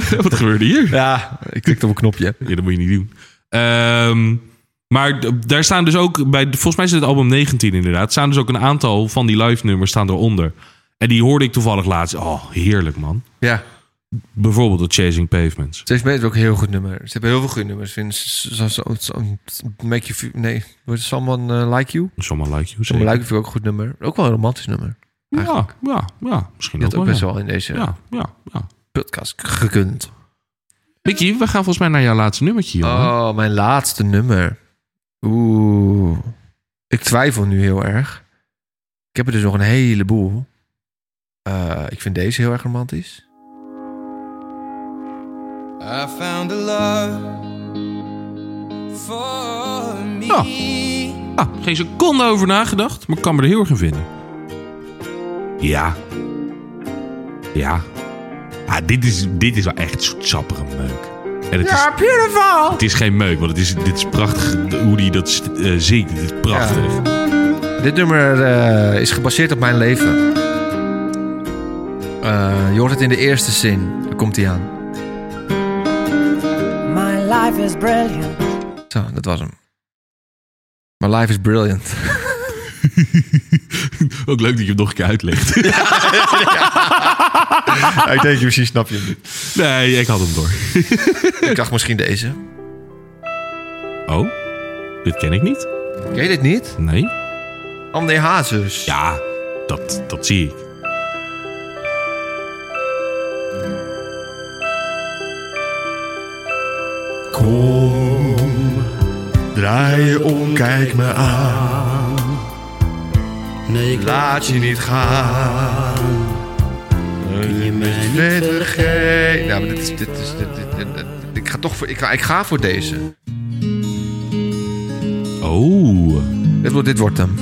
A: [laughs] wat gebeurde hier?
B: ja, ik klikte op een knopje.
A: Ja, dat moet je niet doen. Ehm, maar d- daar staan dus ook bij, volgens mij is het album 19 inderdaad, staan dus ook een aantal van die live nummers staan eronder. En die hoorde ik toevallig laatst. Oh, heerlijk man.
B: Ja,
A: Bijvoorbeeld de Chasing Pavements.
B: ze heeft meestal ook een heel goed nummer. Ze hebben heel veel goede nummers. Vind ze- zo- zo- zo- Make You Feel... Nee, wordt Someone eh, Like You?
A: Someone Like You.
B: Someone
A: zeker.
B: Like You vind ik ook een goed nummer. Ook wel een romantisch nummer.
A: ja, ja, ja, misschien
B: Die
A: ook
B: had
A: wel.
B: ook best
A: ja.
B: wel in deze
A: Ja, ja, ja.
B: podcast gekund.
A: Mickey, we gaan volgens mij naar jouw laatste nummertje, jongen.
B: Oh, mijn laatste nummer. Oeh. Ik twijfel nu heel erg. Ik heb er dus nog een heleboel. Eh, ik vind deze heel erg romantisch.
C: I found a love for me.
A: Ja. Ah, geen seconde over nagedacht, maar ik kan me er heel erg in vinden. Ja. Ja. Ah, dit, is, dit is wel echt zoet sappere meuk. En het is,
B: beautiful.
A: het is geen meuk, want het is, dit is prachtig hoe hij dat st- eh, zingt. Dit is prachtig.
B: Dit nummer eh, is gebaseerd op mijn leven. Eh, je hoort het in de eerste zin. Daar komt hij aan.
F: My life is brilliant.
B: Zo, dat was hem. My life is brilliant.
A: Ook leuk dat je hem nog een keer uitlegt. [laughs]
B: ik denk, misschien snap je hem niet.
A: Nee, ik had hem door.
B: Ik dacht misschien deze.
A: Oh, dit ken ik niet.
B: Ken je dit niet?
A: Nee.
B: André Hazes.
A: Ja, dat, dat zie ik.
G: Kom, draai je om, kijk me aan. Nee, ik
B: Laat je niet gaan.
G: kun je mij niet
B: Dit
G: vergeten.
B: vergeet. Ja, maar dit is. Dit is dit, dit- dit- dit- ik ga toch voor, ik, ga- ik ga voor deze.
A: Oh,
B: Dit, wordt- dit wordt hem.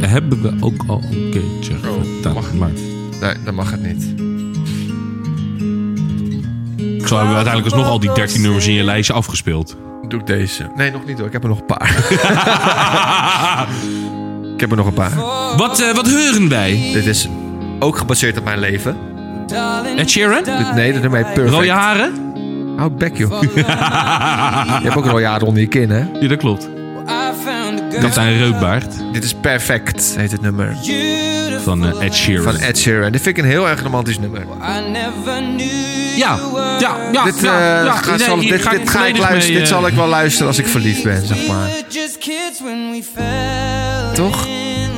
A: dat hebben we ook al een keertje gedaan.
B: mag.
A: Maar
B: Nee, dat mag het niet.
A: zo hebben we uiteindelijk alsnog al die 13 nummers in je lijstje afgespeeld.
G: doe ik deze.
B: Nee, nog niet hoor. Ik heb er nog een paar. ik heb er nog een paar.
A: Wat, eh, wat horen wij?
B: Dit is ook gebaseerd op mijn leven.
A: Ed Sheeran?
C: Ah,
B: Dit, nee, dat is mij perfect.
A: Rode haren?
B: Hou back, joh. Je hebt ook een rode haar onder [laughs] je kin, hè?
A: Ja, dat klopt. Kapitein Reukbaard
B: Dit is perfect, heet het nummer.
A: van eh, Ed Sheeran.
B: Van Ed Sheeran. Dit vind ik een heel erg romantisch nummer.
A: Ja, ja, ja.
B: Dit,
A: ja,
B: eh,
A: nou, ja.
B: gaat-
A: Nee,
B: zal-
A: hier
B: dit-
A: ga
B: dit ga ik
A: volledig
B: luisteren.
A: mee,
B: Dit
A: eh,
B: zal ik wel luisteren als ik verliefd ben, zeg maar. Toch?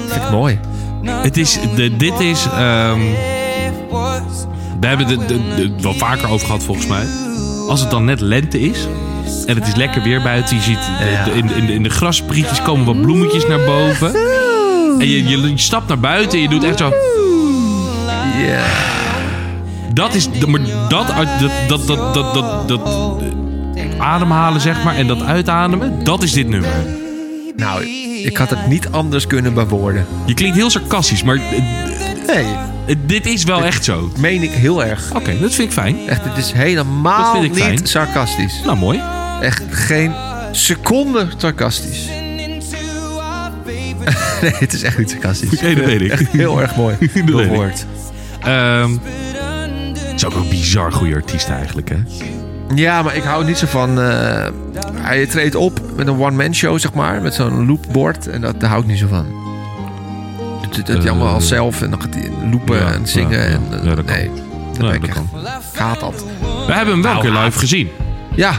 B: Vind ik mooi.
A: Het is, de, dit is, ehm, we hebben het de- de- wel vaker over gehad volgens mij. Als het dan net lente is en het is lekker weer buiten. Je ziet de- de- in, in, in de grasprietjes komen wat bloemetjes naar boven. En je, je, je stapt naar buiten en je doet echt zo...
B: Ja.
A: Dat is, maar dat, dat, dat, dat, dat, dat, dat ademhalen zeg maar en dat uitademen, dat is dit nummer.
B: Nou, ik had het niet anders kunnen bewoorden.
A: Je klinkt heel sarcastisch, maar eh,
B: Nee,
A: eh, dit is wel echt zo. Oké,
B: meen ik heel erg.
A: dat vind ik fijn.
B: Echt, het is
A: Dat
B: helemaal
A: vind ik
B: niet
A: fijn.
B: sarcastisch.
A: Nou, mooi.
B: Echt geen seconde sarcastisch. [laughs]
A: [laughs]
B: Nee, het is echt niet sarcastisch.
A: Nee, dat weet ik.
B: Echt heel
A: [laughs]
B: erg mooi.
A: weet ik.
B: Doorwoord.
A: Ehm het is ook een bizar goede artiest eigenlijk, hè?
B: Ja, maar ik hou niet zo van... eh, hij treedt op met een one-man show, zeg maar. Met zo'n loopboard. En dat, daar hou ik niet zo van. Dat- Dat hij
A: Eh,
B: allemaal al zelf. En dan gaat hij loopen
A: ja,
B: en zingen.
A: ja, ja.
B: en, eh,
A: Ja, dat kan.
B: nee, dat
A: Ja,
B: ben ik
A: Nou, dat
B: echt- Nou, Haat dat.
A: We hebben hem wel een keer live gezien.
B: Ja.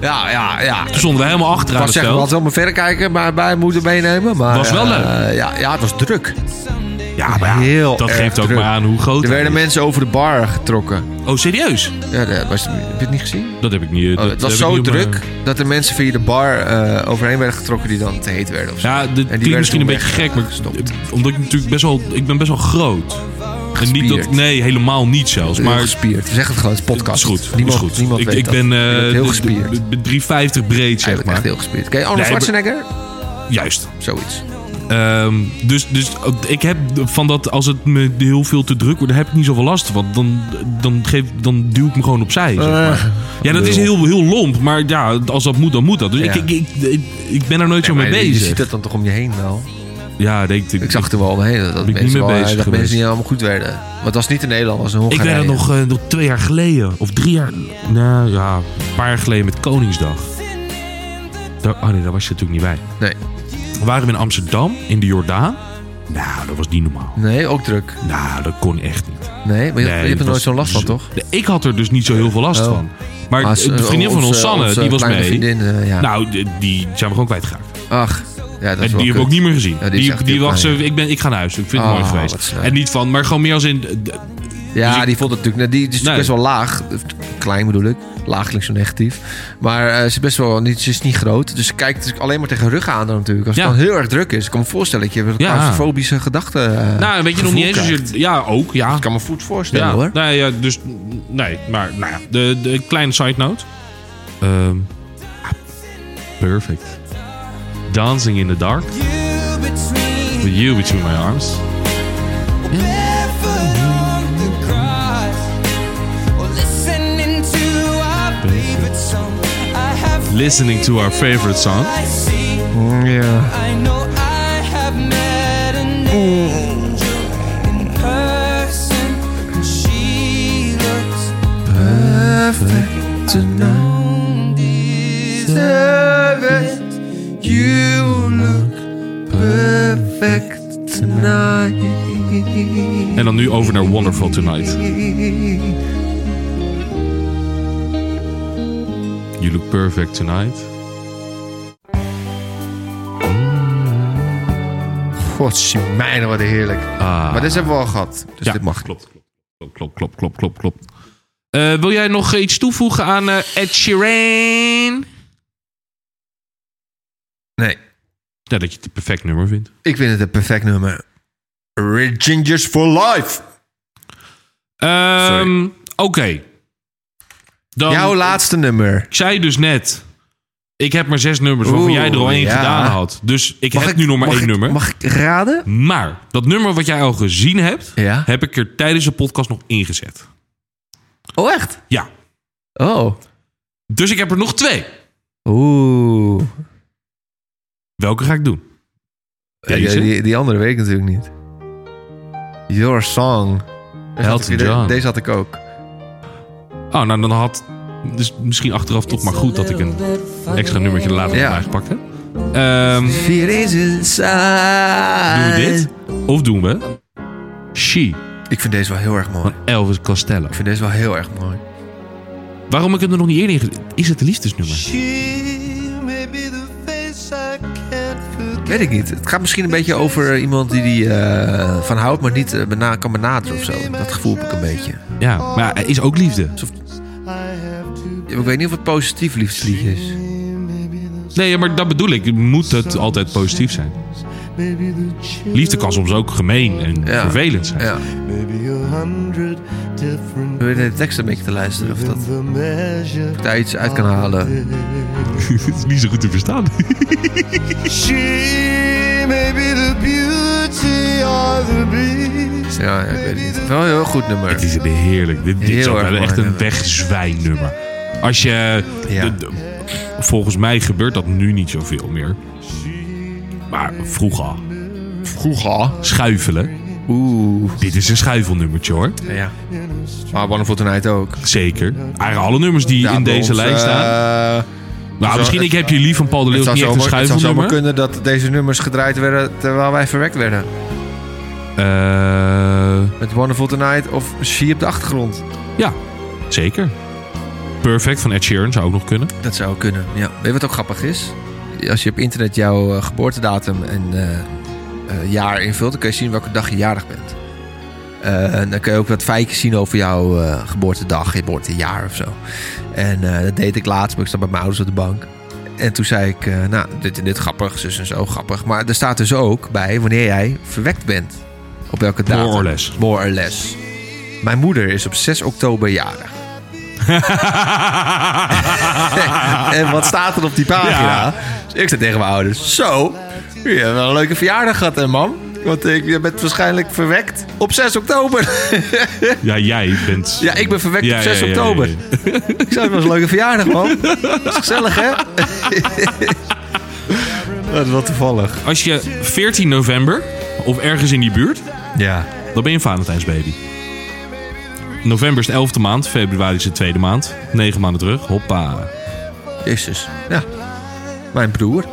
B: Ja, ja, ja.
A: Toen stonden we helemaal
B: Ik
A: achteraan
B: was
A: het
B: zeggen, we
A: veld.
B: hadden wel mijn verrekijker maar bij moeten meenemen. Maar,
A: Was wel
B: eh,
A: leuk.
B: ja, ja, het was druk.
A: Ja, maar ja,
B: heel
A: dat
B: erg
A: geeft ook
B: druk.
A: maar aan hoe groot
B: Er
A: hij
B: werden
A: is.
B: mensen over de bar getrokken.
A: Oh, serieus?
B: Ja, dat was, heb je het niet gezien?
A: Dat heb ik niet.
B: Oh,
A: dat
B: het was
A: heb ik
B: zo
A: niet op mijn-
B: druk dat er mensen via de bar eh, overheen werden getrokken die dan te heet werden. Of zo.
A: Ja, dit
B: werden
A: klinkt misschien een
B: toen
A: beetje gek, maar
B: weggestopt.
A: eh, omdat ik natuurlijk best wel... Ik ben best wel groot. En niet dat,
B: Gespierd.
A: nee, helemaal niet zelfs.
B: Heel
A: Maar
B: gespierd. Zeg het gewoon, het is podcast.
A: is goed.
B: Niemand,
A: is goed.
B: niemand
A: ik,
B: weet
A: ik
B: dat.
A: ben
B: Je bent
A: eh,
B: heel
A: de-
B: gespierd.
A: de- de 350 breed,
B: Hij
A: zeg
B: bent
A: maar.
B: echt heel gespierd. Ken je Arnold
A: Nee, maar-
B: Schwarzenegger?
A: Juist.
B: Zoiets.
A: Ehm, dus, dus ik heb van dat als het me heel veel te druk wordt, daar heb ik niet zoveel last van. Want dan, dan, geef, dan duw ik me gewoon opzij.
B: Eh,
A: zeg maar. ja, dat is heel, heel lomp, maar ja, als dat moet, dan moet dat. Dus
B: Ja.
A: ik, ik, ik, ik, ik ben er nooit zo mee
B: Maar je- Je
A: bezig.
B: ziet dat dan toch om je heen wel?
A: Ja, ik, denk-
B: Ik zag er wel omheen dat, dat,
A: ik niet
B: mensen,
A: mee
B: wel, eh,
A: bezig
B: dat
A: geweest.
B: mensen niet allemaal goed werden. Want het was niet in Nederland, het was in
A: ik
B: Hongarije.
A: werd dat nog, eh, nog twee jaar geleden, of drie jaar, nou ja, een paar jaar geleden met Koningsdag. Daar, oh nee, daar was je natuurlijk niet bij.
B: Nee,
A: We waren in Amsterdam, in de Jordaan. Nou, dat was niet normaal.
B: nee ook druk.
A: Nou, dat kon echt niet.
B: Nee, maar je,
A: Nee,
B: je hebt er
A: dat
B: nooit
A: was
B: zo'n last van, toch?
A: Nee, Ik had er dus niet zo heel veel last
B: Oh.
A: van. Maar
B: Maar eh,
A: de vriendin van
B: onze-
A: ons, Sanne,
B: onze
A: die was
B: kleine
A: mee.
B: Vriendin, eh, ja.
A: Nou, die- die zijn we gewoon kwijtgeraakt.
B: Ach, ja, dat is
A: En
B: wel
A: die hebben we
B: kut.
A: ook niet meer gezien.
B: Ja, die is
A: die
B: echt
A: die
B: heel
A: dacht,
B: klein,
A: ze, ik, ben, ik ga naar huis. Ik vind het
B: Oh,
A: mooi
B: wat
A: geweest.
B: sneu.
A: En niet van, maar gewoon meer als in... d- d-
B: Ja,
A: Dus ik-
B: die vond het natuurlijk... nou, Die, die is
A: Nee.
B: best wel laag. Klein bedoel ik. Laag klinkt zo negatief. Maar eh, ze, is best wel niet, ze is niet groot. Dus ze kijkt natuurlijk alleen maar tegen rug aan dan natuurlijk. Als
A: Ja.
B: het dan heel erg druk is. Ik kan me voorstellen dat je een
A: Ja.
B: claustrofobische gedachten... eh,
A: nou, weet je nog niet eens.
B: gevoel
A: als je- ja, ook. Ja.
B: ik kan me goed voorstellen,
A: ja.
B: hoor.
A: Nee, ja, dus... Nee, maar nou ja. De, de kleine side note. Ehm, ah, perfect. Dancing in the dark. With you between my arms. Listening to our favorite song.
B: Mm, Ja.
H: I know I have met an angel in person, and she looks
B: Perfect tonight. Deserve it. You look perfect tonight.
A: En dan nu over naar Wonderful Tonight. You look perfect tonight.
B: Dus Godzijdank, wat heerlijk.
A: Ah.
B: Maar dit hebben we al gehad. Dus dit mag.
A: Klopt, klopt, klopt, klopt, klopt, klopt. klopt. Eh, wil jij nog iets toevoegen aan eh, Ed Sheeran?
B: Nee,
A: Ja, dat je het een perfect nummer vindt.
B: ik vind het een perfect nummer. Red Gingers for Life.
A: Ehm, Oké. Dan,
B: Jouw laatste nummer.
A: ik zei dus net, ik heb maar zes nummers waarvan
B: Oeh,
A: jij er al één
B: ja.
A: gedaan had. Dus ik heb
B: ik
A: nu nog maar
B: mag
A: één
B: ik-
A: nummer.
B: Mag ik raden?
A: Maar dat nummer wat jij al gezien hebt,
B: Ja.
A: heb ik er tijdens de podcast nog ingezet.
B: Oh, echt?
A: Ja.
B: Oh,
A: Dus ik heb er nog twee.
B: Oeh.
A: Welke ga ik doen?
B: Ja,
A: Deze?
B: die, die andere weet ik natuurlijk niet. Your Song. Deze had
A: Elton
B: ik- de-
A: John.
B: Deze had ik ook.
A: Oh, nou dan had... Dus misschien achteraf toch maar goed dat ik een extra nummertje later
B: Ja.
A: vandaag gepakt heb. Ehm,
B: Fear is inside.
A: doen we dit? Of doen we... She
B: Ik vind deze wel heel erg mooi.
A: van Elvis Costello.
B: Ik vind deze wel heel erg mooi.
A: Waarom ik het er nog niet eerder in... ge- Is het een liefdesnummer?
D: She may be the face I can't forget.
B: Weet ik niet. Het gaat misschien een beetje over iemand die die eh, van houdt, maar niet eh, bena- kan benaderen of zo. Dat gevoel heb ik een beetje.
A: Ja, maar het is ook liefde.
D: I have to
B: Ja, maar ik weet niet of het positief liefdesliedje is.
A: Nee, maar dat bedoel ik. Moet het altijd positief zijn?
D: maybe the chill.
A: Liefde kan soms ook gemeen en
B: Ja.
A: vervelend zijn.
B: Ja.
D: Maybe a hundred different
B: Probeer de tekst een beetje te luisteren of dat
D: in the measure.
B: ik daar iets uit kan halen.
A: [laughs] [laughs] het is niet zo goed te verstaan.
D: She may be the beauty or the beast.
B: Ja, ja, ik weet het niet. Wel een heel goed
A: het
B: nummer.
A: is een heerlijk. Dit, dit is
B: Heel
A: ook
B: erg
A: wel echt
B: mooi
A: een
B: nummer.
A: wegzwijnnummer. Als je...
B: Ja.
A: de- de- volgens mij gebeurt dat nu niet zoveel meer. Maar vroeger... Vroeger? Schuifelen.
B: Oeh.
A: Dit is een schuifelnummertje hoor.
B: Ja. Maar Wonderful Tonight ook.
A: Zeker. Eigenlijk alle nummers die
B: Ja,
A: in
B: bij
A: deze
B: ons,
A: lijst staan.
B: eh,
A: Nou,
B: zou-
A: misschien
B: het-
A: ik heb je lief van Paul de Leeuw
B: het
A: is
B: zou
A: niet echt een
B: zomaar- het zou zomaar
A: schuifelnummer.
B: kunnen dat deze nummers gedraaid werden terwijl wij verwekt werden.
A: Eh...
B: Met Wonderful Tonight of She op de achtergrond.
A: Ja, Eh, zeker. Perfect van Ed Sheeran zou ook nog kunnen.
B: Dat zou kunnen, ja. Weet je wat ook grappig is? Als je op internet jouw eh, geboortedatum en eh, eh, jaar invult... dan kun je zien welke dag je jarig bent. Eh, en dan kun je ook wat feitjes zien over jouw eh, geboortedag, geboortejaar of zo. En eh, dat deed ik laatst, maar ik zat bij mijn ouders op de bank. En toen zei ik, eh, nou, dit en dit grappig, zus en zo grappig. Maar er staat dus ook bij wanneer jij verwekt bent. Op welke datum.
A: More or less.
B: More or less. Mijn moeder is op 6 oktober
A: [laughs]
B: jarig. en wat staat er op die pagina?
A: Ja.
B: Dus ik zei tegen mijn ouders: Zo, je hebt wel een leuke verjaardag gehad, hè, mam? Want ik, je bent waarschijnlijk verwekt op 6 oktober.
A: ja, jij bent...
B: ja, ik ben verwekt
A: Ja,
B: op
A: ja,
B: 6
A: ja, ja,
B: oktober.
A: ja.
B: Ik zei: Het was een leuke verjaardag, man. [laughs] Dat is gezellig, hè? [laughs] Dat is wel toevallig.
A: Als je 14 november, of ergens in die buurt,
B: Ja.
A: dan ben je een Valentijnsbaby. November is de 11e maand, februari is de tweede maand. Negen maanden terug, hoppa.
B: Jezus. Ja. Mijn broer.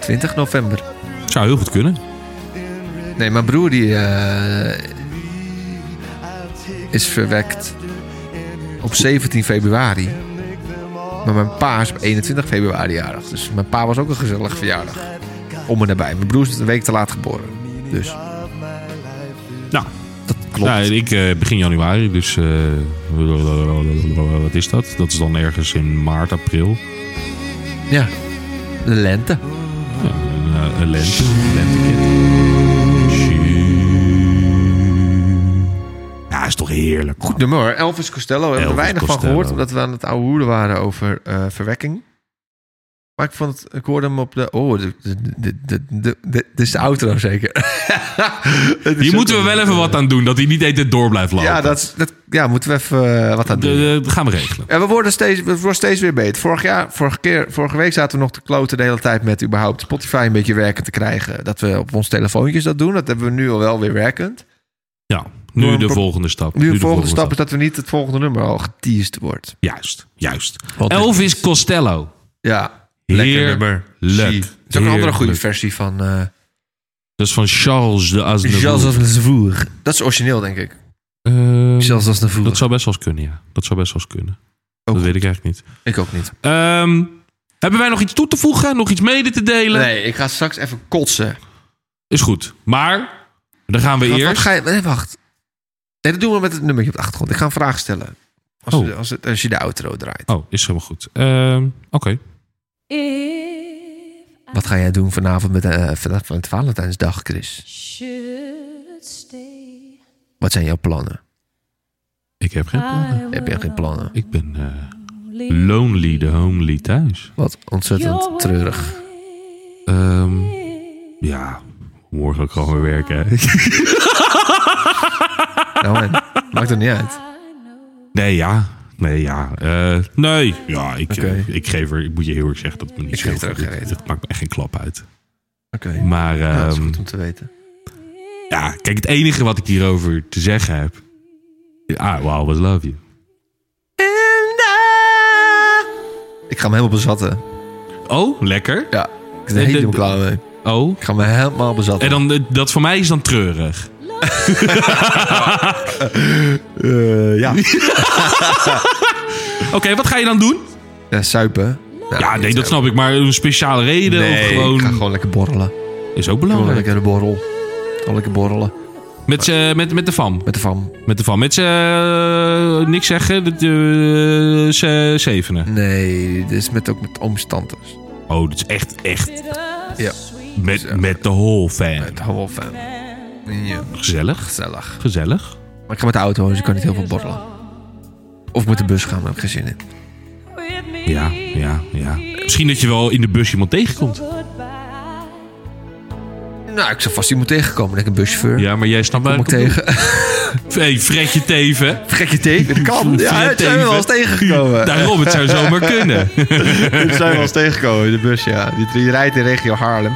B: 20 november.
A: Zou heel goed kunnen.
B: Nee, mijn broer die eh, is verwekt op 17 februari. Maar mijn pa is op 21 februari jarig. Dus mijn pa was ook een gezellig verjaardag. Om en nabij. Mijn broer is een week te laat geboren. Dus
A: Nou,
B: dat klopt.
A: nou ik eh, begin januari, dus... eh, wat is dat? Dat is dan ergens in maart, april.
B: Ja. De lente.
A: Ja, een, eh, een lente. Een lentekind. Ja, is toch heerlijk.
B: Goed nummer hoor. Elvis Costello. We hebben er
A: Elvis
B: weinig van
A: Costello.
B: gehoord. Omdat we aan het oude hoeren waren over eh, verwekking. Maar ik vond het... Ik hoorde hem op de... Oh, dit de, de, de, de, de, dit is de outro zeker. [laughs] Dit is
A: Hier
B: ook
A: moeten we
B: een- eh,
A: wel even wat aan doen, dat hij niet eten door blijft lopen.
B: Ja, dat, is- dat ja, moeten we even eh, wat aan
A: De-
B: doen.
A: de- dat gaan we regelen.
B: Ja, we, worden steeds, we worden steeds weer beter. Vorig jaar, vorige, keer, vorige week zaten we nog te kloten de hele tijd met überhaupt Spotify een beetje werken te krijgen. Dat we op ons telefoontjes dat doen. Dat hebben we nu al wel weer werkend.
A: Ja,
B: Door
A: nu
B: een
A: de
B: pro-
A: volgende stap.
B: Nu, de volgende stap is dat we niet het volgende nummer al geteased wordt.
A: Juist, juist.
B: Wat is-
A: Elvis Costello.
B: Ja,
A: Heerlijk.
B: Zie. Er is ook een andere goede
A: Heerlijk.
B: versie van eh
A: Dat is van Charles de Aznavour.
B: Charles Aznavour. Dat is origineel, denk ik.
A: Ehm,
B: Charles Aznavour.
A: dat zou best wel eens kunnen, ja. Dat zou best wel eens kunnen. dat weet ik eigenlijk niet.
B: Ik ook niet.
A: Ehm, hebben wij nog iets toe te voegen? Nog iets mede te delen?
B: Nee, ik ga straks even kotsen.
A: Is goed. Maar, dan gaan we
B: Wat- wat
A: eerst...
B: ga je, nee, wacht. Nee, dat doen we met het nummertje op de achtergrond. Ik ga een vraag stellen. Als,
A: Oh.
B: we- als, het, als je de outro draait.
A: Oh, is helemaal goed. Ehm, Oké.
E: If I
B: Wat ga jij doen vanavond met, eh, vanaf met Valentijnsdag, Chris?
E: should stay,
B: Wat zijn jouw plannen?
A: Ik heb geen plannen.
E: I
B: Heb jij geen plannen?
A: Ik ben eh,
E: will
A: lonely, de homely thuis.
B: Wat ontzettend treurig.
A: Ehm, ja, morgen ook gewoon weer werken. hè.
B: [laughs] Nou, en, maakt er niet uit.
A: Nee, ja. Nee, ja. eh, nee. Ja, ik, eh,
B: Oké.
A: ik geef er... Ik moet je heel erg zeggen dat het me niet
B: Ik geef
A: zoveel
B: er ook geen
A: doet.
B: reet.
A: Het maakt me echt geen klap uit.
B: Oké.
A: Maar
B: Nou, dat is
A: ehm,
B: goed om te weten.
A: ja, kijk, het enige wat ik hierover te zeggen heb... Ah, I will always love you.
B: Ik ga me helemaal bezatten.
A: Oh, lekker.
B: Ja. Ik ben er
A: de-
B: helemaal
A: de-
B: klaar mee.
A: Oh.
B: Ik ga me helemaal
A: En
B: bezatten.
A: dan, eh, dat voor mij is dan treurig.
B: Eh, ja.
A: Oké, wat ga je dan doen?
B: ja, suipen. Nou,
A: Ja, nee,
B: niet,
A: dat
B: eh,
A: snap ik. Maar een speciale reden
B: Nee,
A: of gewoon...
B: ik ga gewoon lekker borrelen.
A: Is ook
B: Gewoon
A: belangrijk.
B: lekker de borrel. Gewoon lekker borrelen.
A: Met, z'n- met, met de fam.
B: Met de fam.
A: Met de fam. Met z'n... eh, niks zeggen. De, de- z'n zevenen.
B: Nee, dit is met, ook met ooms tantes.
A: Oh, dit is echt, echt...
B: Ja.
A: Met, met de whole fan.
B: Met de whole fam. Ja,
A: Gezellig.
B: gezellig.
A: Gezellig.
B: Maar ik ga met de auto, dus ik kan niet heel veel borrelen. Of met de bus gaan, daar heb ik geen zin in.
A: Ja, ja, ja. Misschien dat je wel in de bus iemand tegenkomt.
B: Nou, ik zou vast iemand tegenkomen. Denk een buschauffeur.
A: Ja, maar jij snapt mij.
B: Kom ik tegen. [laughs]
A: Hey, Fredje Teven.
B: Vergeet je tegen? Dat kan. Ja, dat zijn we wel eens tegengekomen.
A: Daarom, het zou
B: [laughs]
A: zomaar kunnen.
B: Dat zijn we wel eens tegengekomen in de bus, ja. Die, die rijdt in regio Haarlem.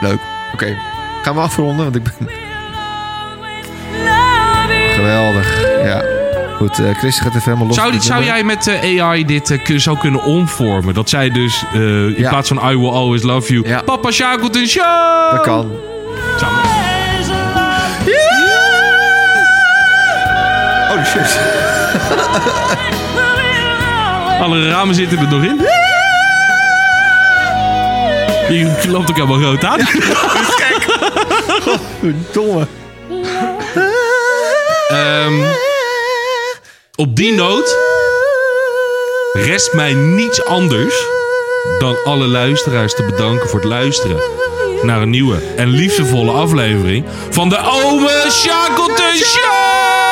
B: Leuk. Oké. Gaan we afronden, want ik ben... [laughs] Geweldig. Ja. Goed, eh Chris gaat even helemaal los.
A: Zou,
B: op
A: dit-
B: dit
A: zou
B: nummer.
A: jij met eh, AI dit eh, kun- zou kunnen omvormen? Dat zij dus eh, in
B: Ja.
A: plaats van I will always love you...
B: Ja.
A: Papa Shackleton Show!
B: Dat kan.
A: Zou-
B: Oh, shit.
A: Alle ramen zitten er nog in. Je loopt ook helemaal rood aan.
B: Domme.
A: Ehm, op die noot rest mij niets anders dan alle luisteraars te bedanken voor het luisteren naar een nieuwe en liefdevolle aflevering van de Ome Shackleton Show!